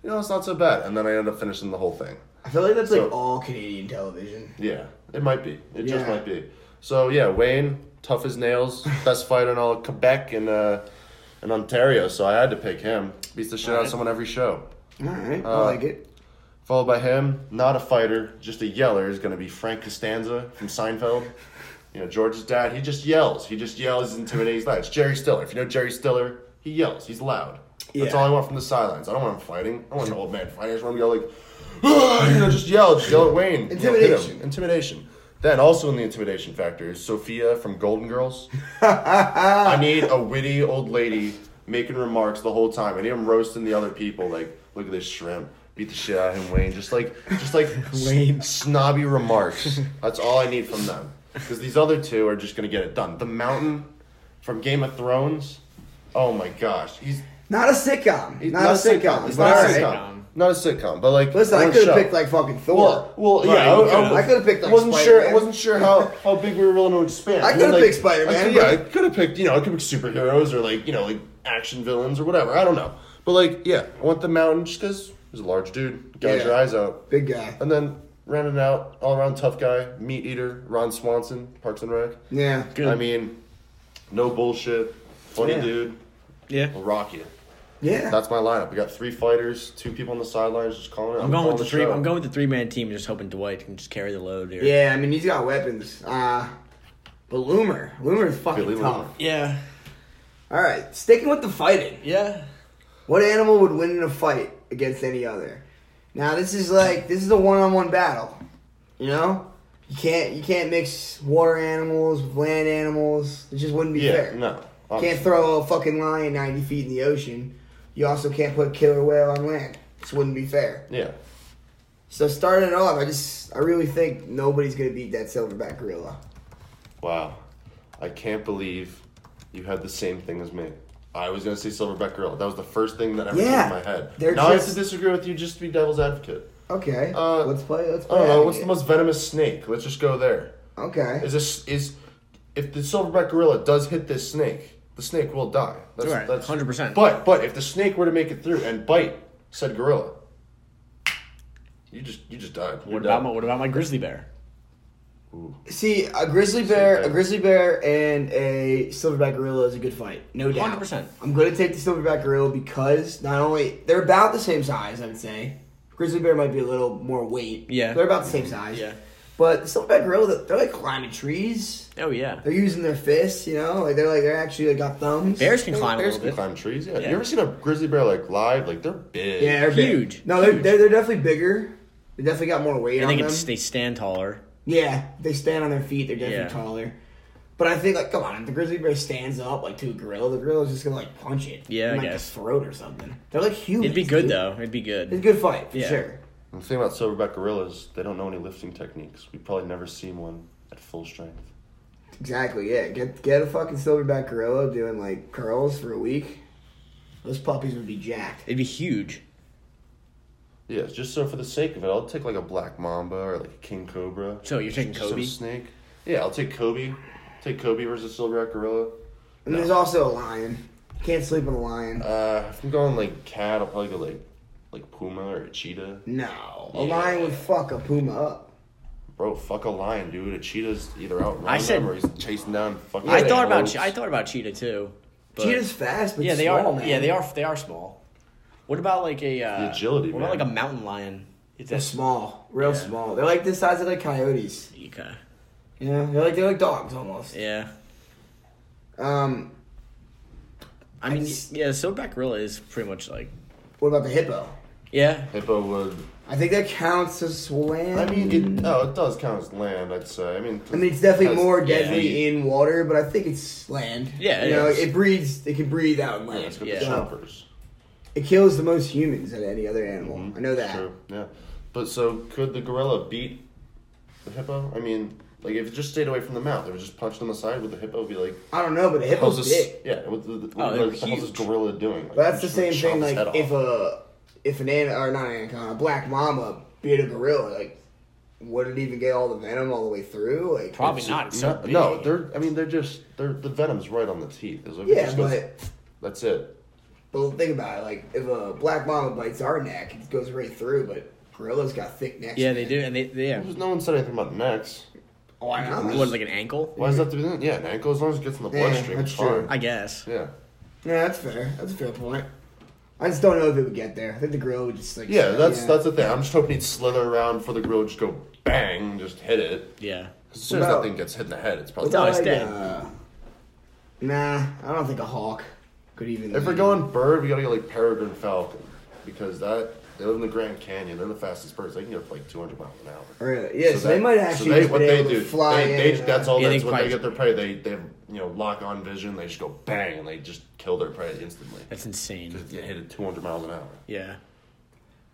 C: you know, it's not so bad. And then I ended up finishing the whole thing.
A: I feel like that's
C: So-
A: like all Canadian television.
C: Yeah, it might be. It just
A: Yeah.
C: might be. So yeah, Wayne, tough
A: [LAUGHS]
C: as nails, best fighter in all of Quebec and uh, and Ontario. So I had to pick him. Beats the shit out of
B: Alright.
C: someone every show.
A: All right, I like it.
C: Followed by him, not a fighter, just a yeller, is going to be Frank Costanza from Seinfeld. You know, George's dad, he just yells. He just yells, he's intimidating, he's loud. It's Jerry Stiller. If you know Jerry Stiller, he yells, he's loud.
A: Yeah.
C: That's all I want from the sidelines. I don't want him fighting. I don't want an old man fighting. I just want him to go like, "Ah," [GASPS] you know, just yell, just yell at Wayne. you know, hit him.
A: Intimidation.
C: Intimidation. Then also in the intimidation factor is Sophia from
A: [LAUGHS]
C: Golden Girls. I need a witty old lady making remarks the whole time. I need him roasting the other people. Like, look at this shrimp. Beat the shit out of him, Wayne. Just like,
A: [LAUGHS]
C: just like
B: Wayne.
C: s- snobby remarks. That's all I need from them. Because these other two are just gonna get it done. The Mountain from Game of Thrones. Oh my gosh, he's,
A: Not a sitcom.
C: he's
A: not, a sitcom.
C: It's
A: but
C: not a
A: all right.
C: sitcom. Not a sitcom. But like,
A: Listen, I
C: one
A: could have
C: show.
A: picked like fucking Thor.
C: Well, well, yeah,
B: Right,
C: I,
B: you could've.
A: I could've picked, like,
C: wasn't sure. I
A: Spider-Man.
C: wasn't sure how, how big we were willing to expand.
A: I
C: mean,
A: could've
C: like,
A: picked Spider-Man,
C: I could- yeah, I
A: but-
C: could have picked. You know, I could pick superheroes or like you know like action villains or whatever. I don't know. But like, yeah, I want the mountain just because was a large dude. Got
A: Yeah.
C: your eyes out.
A: Big guy.
C: And then rounded out, all around tough guy, meat eater, Ron Swanson, Parks and Rec.
A: Yeah.
B: Good.
C: I mean, no bullshit, funny
A: Yeah.
C: dude,
B: yeah.
C: will rock you.
A: Yeah.
C: That's my lineup. We got three fighters, two people on the sidelines, just calling it.
B: I'm going
C: calling
B: with the three.
C: show.
B: I'm going with the three man team. Just hoping Dwight can just carry the load here.
A: yeah, I mean, he's got weapons. Uh, but Loomer. Loomer is fucking
C: Billy
A: tough.
C: Loomer.
B: Yeah.
A: All right, sticking with the fighting.
B: Yeah.
A: What animal would win in a fight against any other? Now this is like this is a one-on-one battle. You know, you can't you can't mix water animals with land animals. It just wouldn't be
C: Yeah,
A: fair.
C: no.
A: You can't throw a fucking lion ninety feet in the ocean. You also can't put killer whale on land. This wouldn't be fair.
C: Yeah.
A: So starting it off, I just I really think nobody's gonna beat that silverback gorilla.
C: Wow. I can't believe you had the same thing as me. I was gonna say silverback gorilla. That was the first thing that ever
A: Yeah,
C: came to my head.
A: they're
C: now I have to
A: just-
C: disagree with you just to be devil's advocate.
A: Okay,
C: Uh,
A: let's play. Let's
C: I
A: play.
C: don't know.
A: advocate.
C: What's the most venomous snake? Let's just go there.
A: Okay.
C: Is this is if the silverback gorilla does hit this snake, the snake will die. That's
B: Right, 100%.
C: But but if the snake were to make it through and bite said gorilla, you just you just died. You're
B: What about
C: done.
B: my What about my grizzly bear?
A: See, a grizzly bear, a
C: thing.
A: grizzly bear, and a silverback gorilla is a good fight, no doubt.
B: 100%.
A: I'm going to take the silverback gorilla because not only they're about the same size, I would say. Grizzly bear might be a little more weight.
B: Yeah.
A: they're about the same size.
B: Yeah.
A: but the silverback gorilla, they're like climbing trees.
B: Oh yeah.
A: They're using their fists, you know, like they're like they're actually like got thumbs.
B: Bears can climb a
C: Bears
B: little bit.
C: can climb trees. Yeah.
B: Yeah.
C: You ever seen a grizzly bear like live? Like they're big.
A: yeah, they're big.
B: Huge,
A: No, they're,
B: huge.
A: they're they're definitely bigger. They definitely got more weight
B: I
A: on
B: think
A: them.
B: it's they stand taller.
A: Yeah, they stand on their feet. They're definitely
B: Yeah.
A: taller. But I think, like, come on, if the grizzly bear stands up like to a gorilla, the gorilla's just gonna like punch it.
B: Yeah,
A: in,
B: I
A: like, the
B: guess.
A: throat or something. They're like huge.
B: It'd be good though. It'd be
A: It's a
B: good.
A: good fight for
B: Yeah.
A: sure.
C: The thing about silverback gorillas, they don't know any lifting techniques. We probably never seen one at full strength.
A: Exactly. Yeah, get get a fucking silverback gorilla doing like curls for a week. Those puppies would be jacked.
B: It'd be huge.
C: Yeah, just so for the sake of it, I'll take like a black mamba or like a king cobra.
B: So you're taking
C: Just some
B: Kobe?
C: snake. Yeah, I'll take Kobe. Take Kobe versus silverback gorilla.
A: And there's also a lion. Can't sleep on a lion.
C: Uh, if I'm going like cat, I'll probably go like like puma or a cheetah.
A: no, a
C: yeah.
A: lion would fuck a puma up.
C: Bro, fuck a lion, dude. A cheetah's either out
B: I
C: running
B: said-
C: him or he's chasing down. Fucking
B: I thought about
C: antelopes.
B: che- I thought about cheetah too. but-
A: Cheetah's fast, but
B: Yeah, they
A: small,
B: are.
A: Man.
B: Yeah, they are. They are small. What about like a uh,
C: The agility,
B: What
C: man.
B: about like a mountain lion? It's
A: They're
B: that
A: small, real
B: Yeah.
A: small. They're like the size of like coyotes.
B: Okay.
A: You know, they're like they're like dogs almost.
B: Yeah.
A: Um,
B: I mean,
A: just-
B: yeah. Silverback gorilla is pretty much like.
A: what about the hippo?
B: Yeah.
C: Hippo would.
A: I think that counts as land.
C: I mean, it, oh, it does count as land, I'd say. I mean,
A: Mm. I mean, it's definitely
C: has
A: more
B: yeah.
A: deadly in water, but I think it's land.
B: Yeah,
A: you
B: it
A: know,
B: is.
A: it breathes. It can breathe out in
C: Yeah,
A: land.
C: it's got
B: Yeah.
C: the chompers.
A: It kills the most humans out of any other animal. I know that.
C: Mm-hmm. True. Yeah. But so could the gorilla beat the hippo? I mean, like if it just stayed away from the mouth, if it was just punched on the side, would the hippo be like,
A: I don't know, but a
C: "How's
A: hippo's
C: this?"
A: big.
C: Yeah. What the, what
B: Oh,
C: the,
B: they're
C: hell's
B: huge.
C: this gorilla doing? Like,
A: But that's the
C: just gonna
A: same
C: chop
A: thing.
C: his
A: Like
C: head
A: if
C: off.
A: a if an an or not an anaconda, a black mama bit a gorilla, like would it even get all the venom all the way through? Like
B: Probably not. It's so
C: no, no,
B: big.
C: they're. I mean, they're just. They're the venom's right on the teeth. It's like, it
A: Yeah,
C: just goes-
A: but
C: that's it.
A: But think about it, like if a black mama bites our neck, it goes right through. But gorillas got thick necks.
B: Yeah, they
A: man. Oh,
B: do, and they, they yeah.
C: Because no one said anything about necks.
A: Why not?
B: What like an ankle?
C: Why does that have to be? done? Yeah, an ankle. As long as it gets in the
A: Yeah,
C: bloodstream,
A: that's
C: it's fine.
B: I guess.
C: Yeah.
A: Yeah, that's fair. That's a fair point. I just don't know if it would get there. I think the gorilla would just like.
C: Yeah, that's that's the thing. I'm just hoping he'd slither around for the gorilla, just go bang, just hit it.
B: Yeah.
C: As soon as
A: Without-
C: that thing gets hit in the head, it's probably.
A: Without,
B: it's
A: like,
B: dead.
A: uh, nah, I don't think a hawk could even.
C: if we're going bird, we gotta go like peregrine falcon because that they live in the Grand Canyon. They're the fastest birds. They can get up to like 200 miles an hour.
A: Really? Yeah, so,
C: that-
A: they might
C: so
A: actually
C: they-
A: just be able to fly
C: they, they-
A: in. uh,
C: that's all.
B: Yeah, they
C: that's what
B: fly-
C: they get their prey. They they have, you know lock on vision. They just go bang and they just kill their prey instantly.
B: That's insane.
C: Just get hit at 200 miles an hour.
B: Yeah.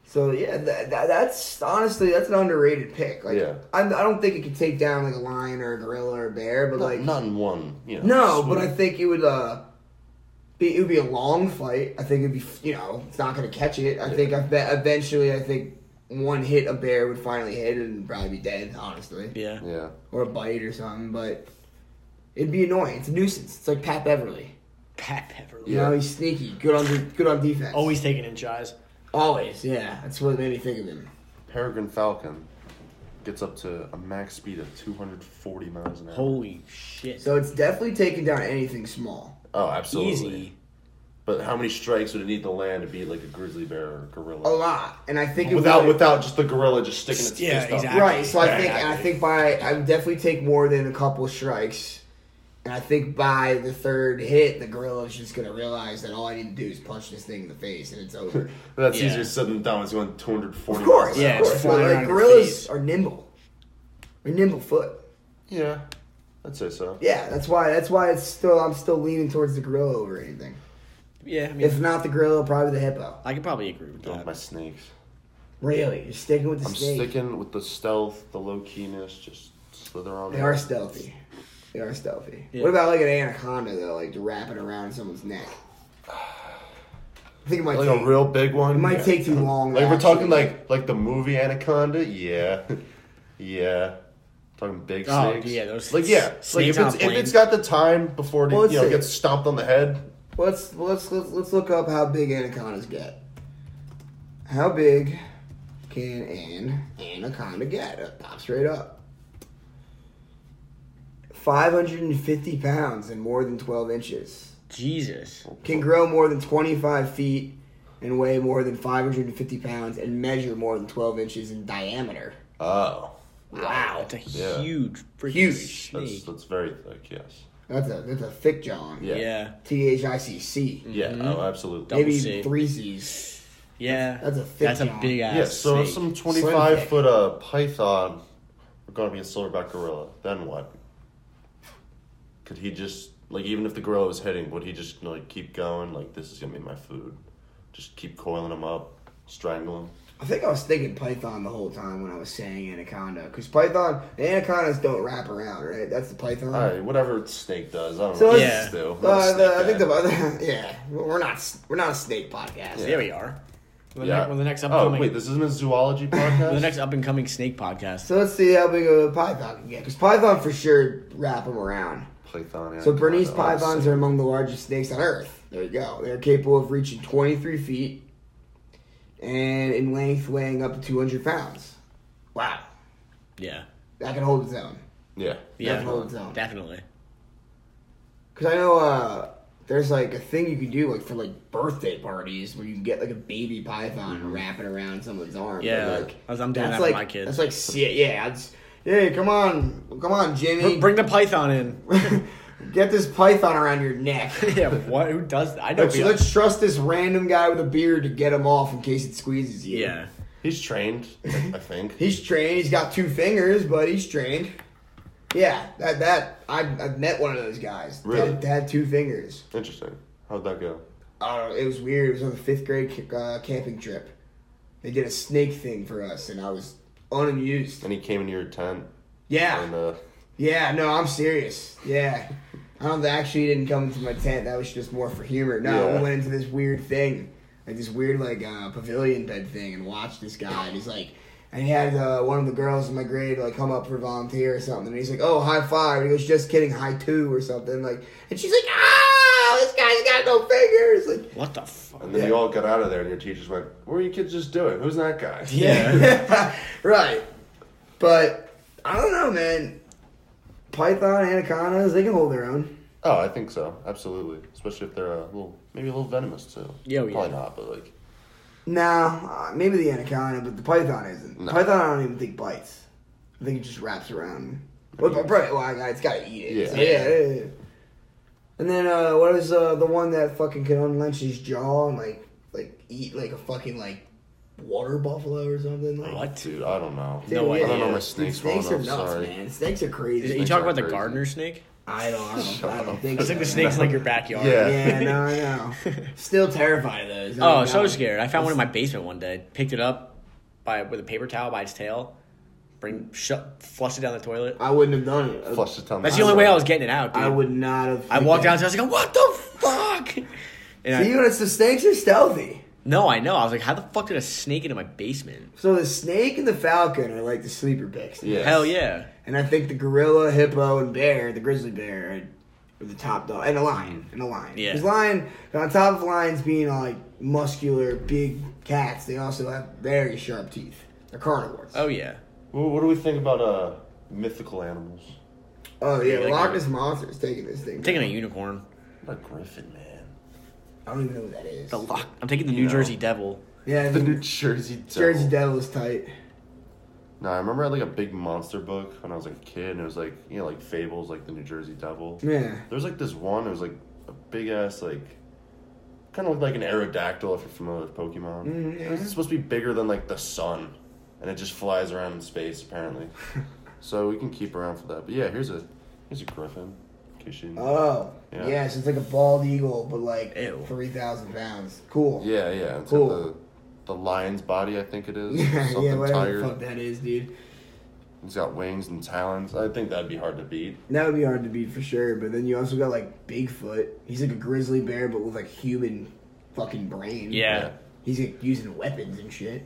A: So yeah, that, that, that's honestly that's an underrated pick. Like,
C: Yeah.
A: I, I don't think it could take down like a lion or a gorilla or a bear, but
C: Like
A: like
C: not in one. You know,
A: No, but I
C: swoop.
A: think it would uh be it would be a long fight. I think it'd be you know it's not gonna catch it. I think I bet eventually I think one hit a bear would finally hit it and probably be dead, honestly,
B: Yeah.
C: Yeah.
A: or a bite or something. But it'd be annoying. It's a nuisance. It's like Pat Beverly.
B: Pat Beverly.
A: You know he's sneaky, good on de- good on defense.
B: Always taking in shots.
A: Always, yeah. That's what made me think of him.
C: Peregrine Falcon gets up to a max speed of 240 miles an hour.
B: Holy shit.
A: So it's definitely taking down anything small.
C: oh, absolutely.
B: Easy.
C: But how many strikes would it need to land to beat like a grizzly bear or
A: A
C: gorilla?
A: lot, and Oh, I think it
C: Without
A: would-
C: without just the gorilla just sticking its
B: Yeah,
C: fist up.
B: exactly.
A: right. So I think
B: Exactly.
A: I think by I would definitely take more than a couple strikes, and I think by the third hit, the gorilla is just gonna realize that all I need to do is punch this thing in the face and it's over.
C: That's
B: Yeah.
C: easier said than done. It's going 240.
A: of course,
B: Yeah,
A: of
B: it's
A: course.
B: flying
A: But
B: around
A: like
B: in your
A: gorillas
B: face.
A: are nimble, they're nimble foot.
C: Yeah, I'd say so.
A: Yeah, that's why. That's why it's still. I'm still leaning towards the gorilla over anything.
B: Yeah, I mean,
A: If not the gorilla, probably the hippo.
B: I could probably agree with
C: Don't like
B: that.
C: my snakes.
A: Really, you're sticking with the
C: I'm
A: snake.
C: sticking with the stealth, the low keyness, just slither on.
A: They
C: in.
A: are stealthy. They are stealthy.
B: Yeah.
A: What about like an anaconda though, like wrapping around someone's neck? I think it might
C: like
A: take,
C: a real big one.
A: it might
C: Yeah.
A: take too long.
C: Like
A: to
C: we're talking
A: actually-
C: like like the movie Anaconda. Yeah, [LAUGHS] yeah. Talking big
B: Oh,
C: snakes.
B: yeah, those
C: like yeah.
B: s-
C: Like if
B: snakes on
C: it's,
B: a
C: if it's
B: plane.
C: got the time before it
A: Well, let's
C: you know
A: see.
C: gets stomped on the head.
A: Well, let's well, let's let's let's look up how big anacondas get. How big can an anaconda get? It pops right up. Five hundred and fifty pounds and more than twelve inches.
B: Jesus.
A: can grow more than 25 feet and weigh more than 550 pounds and measure more than 12 inches in diameter.
C: Oh,
A: Wow.
B: That's a
C: Yeah.
B: huge freaking
A: Huge.
C: that's
B: snake.
C: that's very thick. Yes.
A: That's a that's a thick John.
C: yeah.
B: yeah.
A: T H I C C.
C: Yeah.
B: Mm-hmm.
C: Oh, absolutely.
B: Double
A: Maybe
B: C.
A: three C's.
B: Yeah.
A: That's a thick
B: That's a
A: John.
B: big ass
C: Yeah. So if
B: snake.
C: some twenty-five
A: dick.
C: foot uh python were going to be a silverback gorilla, then what? Could he just like even if the gorilla was hitting, would he just like keep going? Like this is gonna be my food. Just keep coiling him up, strangle him.
A: I think I was thinking python the whole time when I was saying anaconda, because python the anacondas don't wrap around, right? That's the python.
C: All right, whatever snake does, I don't
A: So
C: know. What
B: let's-
C: yeah. Do. I'm not a
A: Uh,
C: snake
A: the, I think
C: guy.
A: the [LAUGHS] yeah, we're not we're not a snake podcast.
B: There we are. Well, the,
C: Yeah.
B: next, well, the next
C: oh
B: upcoming,
C: wait, this isn't
A: [LAUGHS]
C: a zoology
B: well,
C: podcast.
B: the next up and coming snake podcast.
A: So let's see how big of a python can get, because python for sure wrap them around.
C: python.
A: So
C: anaconda,
A: Bernese
C: all the
A: pythons
C: same.
A: are among the largest snakes on Earth. There you go. They're capable of reaching 23 feet and in length weighing up to 200 pounds. Wow.
B: yeah.
A: That can hold its own.
C: Yeah.
B: Yeah.
A: hold its own.
B: Definitely.
A: Because I know uh, there's like a thing you can do like for like birthday parties where you can get like a baby python and wrap it around someone's arm.
B: Mm-hmm. Yeah.
A: But, like,
B: I was- I'm doing
A: that's
B: that for
A: like,
B: my kids.
A: That's like, si- yeah. It's, hey, come on. Come on, Jimmy.
B: Br- Bring the python in.
A: [LAUGHS] get this python around your neck.
B: [LAUGHS] yeah. What? Who does that? I know.
A: Let's,
B: we-
A: let's trust this random guy with a beard to get him off in case it squeezes you.
B: yeah.
C: He's trained,
A: [LAUGHS]
C: I think.
A: He's trained. He's got two fingers, but he's trained. Yeah, that that I I've met one of those guys. that-
C: Really?
A: That, had two fingers.
C: Interesting. How'd that go?
A: I don't know. It was weird. It was on the fifth grade ca- uh, camping trip. They did a snake thing for us, and I was unamused.
C: And he came into your tent and
A: Yeah,
C: uh,
A: yeah. No, I'm serious. Yeah. I don't actually didn't come into my tent. That was just more for humor. No,
C: Yeah.
A: we went into this weird thing, like this weird like uh, pavilion bed thing, and watched this guy. And he's like, and he had uh, one of the girls in my grade like come up for volunteer or something. And he's like, oh high five. And he goes, just kidding, high two or something. Like, and she's like, ah, this guy's got no fingers. Like,
B: What the fuck?
C: and then
A: Yeah.
C: you all got out of there, and your teachers went, "What are you kids just doing? Who's that guy?"
B: [LAUGHS] Yeah.
A: [LAUGHS] right. But I don't know, man. Python anacondas, they can hold their own.
C: Oh, I think so. Absolutely. Especially if they're a little, maybe a little venomous too.
B: Yeah, oh, yeah.
C: Probably not, but like,
A: No, uh, maybe the anaconda, but the python isn't.
C: No.
A: Python, I don't even think bites. I think it just wraps around. Well, but, right, well, I- it's got to eat it.
C: Yeah.
A: So, yeah, yeah, yeah. And then uh, what is uh, the one that fucking can unlench his jaw and like like eat like a fucking like water buffalo or something? Like,
B: What?
C: dude, I don't know.
A: Dude,
B: No
A: yeah.
B: idea. I don't know my
A: Dude,
C: snakes
A: Snakes
C: well
A: are
C: enough,
A: nuts,
C: sorry.
A: man. Snakes are crazy.
B: you talking about the
C: crazy.
B: gardener snake?
A: I don't. I don't, I don't think.
B: It's
A: [LAUGHS]
B: like the
A: so.
B: snakes like your backyard.
C: Yeah.
A: Yeah, no, I know. Still terrified of those.
B: Oh,
A: my
B: so
A: God.
B: scared. I found one in my basement one day. Picked it up by with a paper towel by its tail. Bring shut, flush it down the toilet.
A: I wouldn't have done it.
C: Flush the tongue.
B: That's the only way I was getting it out. Dude.
A: I would not have.
B: I walked downstairs. I was like, "What the fuck?" [LAUGHS] And I,
A: See, when it's the snakes are stealthy.
B: no, I know. I was like, "How the fuck did a snake into my basement?"
A: So the snake and the falcon are like the sleeper picks.
C: Yeah.
B: Hell yeah!
A: And I think the gorilla, hippo, and bear, the grizzly bear, are with the top dog and a lion and a lion.
B: Yeah.
A: Because lion on top of lions being like muscular, big cats, they also have very sharp teeth. They're carnivores.
B: Oh yeah.
C: Well, what do we think about uh, mythical animals?
A: Oh yeah,
B: Yeah, like
A: Loch
B: a-
A: Ness monster is taking this thing.
B: I'm taking a unicorn.
C: What a griffin, man.
A: I don't even know what that is.
B: The lock. I'm taking the New
C: know.
B: Jersey Devil.
A: yeah,
C: The New Jersey Devil.
A: Jersey Devil is tight.
C: No, I remember I had like a big monster book when I was like a kid, and it was like you know like fables, like the New Jersey Devil.
A: Yeah.
C: There's like this one. It was like a big ass like. Kind of looked like an Aerodactyl if you're familiar with Pokemon.
A: Mm, yeah.
C: It was supposed to be bigger than like the sun, and it just flies around in space
A: [LAUGHS]
C: apparently. so we can keep around for that. But yeah, here's a here's a griffin. In case you didn't-
A: Oh.
C: Yeah.
A: Yeah. so it's like a bald eagle, but like
B: Ew.
A: three thousand pounds. Cool.
C: Yeah, yeah. It's
A: Cool.
C: got the the lion's body, I think it is.
A: [LAUGHS] [LAUGHS] Yeah,
C: Something
A: yeah, whatever
C: tiger.
A: the fuck that is, dude.
C: It's got wings and talons. I think that'd be hard to beat.
A: That would be hard to beat for sure. But then you also got like Bigfoot. He's like a grizzly bear, but with like human fucking brain.
B: Yeah.
A: He's like using weapons and shit.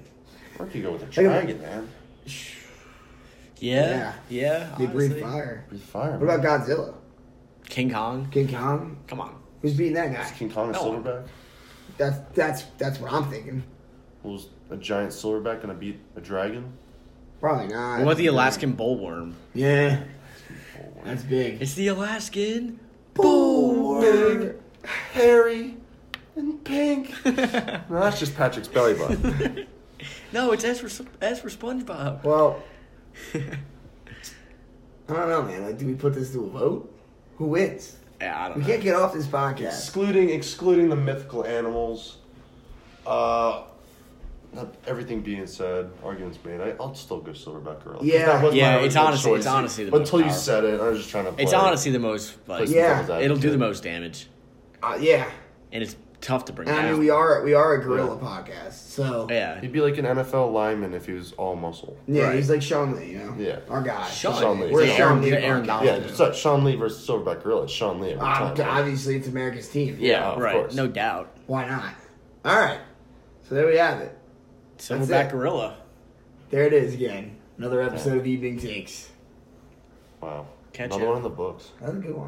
C: Where could you go with a
A: Look at that.
C: dragon, man?
B: Yeah. Yeah.
A: They breathe
B: honestly.
A: fire.
C: Breathe fire.
A: What about Godzilla?
B: King Kong.
A: King Kong?
B: Come on.
A: Who's beating that
C: Is
A: guy?
C: King Kong a
B: No.
C: silverback?
A: That's that's that's what I'm thinking.
C: Was a giant silverback gonna beat a dragon?
A: Probably not.
B: What about the Alaskan bullworm?
A: Yeah. That's big.
B: It's the [LAUGHS] Alaskan
A: Bullworm.
C: hairy, and pink. no, that's just Patrick's belly button.
B: No, it's as for as for SpongeBob. [LAUGHS]
A: Well, I don't know, man. Like, do we put this to a vote? Who wins?
B: Yeah, I don't
A: We
B: know.
A: can't get off this podcast.
C: excluding excluding the mythical animals. Uh, not everything being said, arguments made. I, I'll still go silverback gorilla. 'Cause
A: Yeah.
C: that was my
B: Yeah, it's
C: original
B: honestly- it's
C: choice.
B: honestly the
C: But
B: most
C: until you
B: powerful.
C: said it, I was just trying to. Play.
B: It's honestly the most.
C: play
B: Like,
C: some
A: Yeah.
C: devil's
B: it'll do the
C: advocate.
B: most damage,
A: Uh, yeah,
B: and it's tough to bring
A: and
B: down.
A: I mean we are we are a gorilla podcast, so
B: Yeah.
C: He'd be like an NFL lineman if he was all muscle.
A: yeah,
B: Right.
A: he's like Sean Lee, you know,
C: Yeah.
A: our guy.
B: Sean
C: Sean
B: Lee.
C: Lee.
A: We're
C: Yeah,
A: a Sean
B: Aaron-
A: Lee.
B: Aaron
A: podcast.
B: Donald.
C: Yeah, it's like Sean Lee versus Silverback Gorilla. It's Sean Lee every
B: Ah,
A: Ob-
C: time. right?
A: uh, obviously, it's America's team.
C: Yeah, of
B: right.
C: course.
B: No doubt.
A: Why not? All right, so there we have it.
B: Silverback
A: it.
B: gorilla.
A: There it is again. Another episode of Evening Takes.
C: Wow.
B: Catch
C: Another
B: it.
C: one in the books.
A: That's a good one.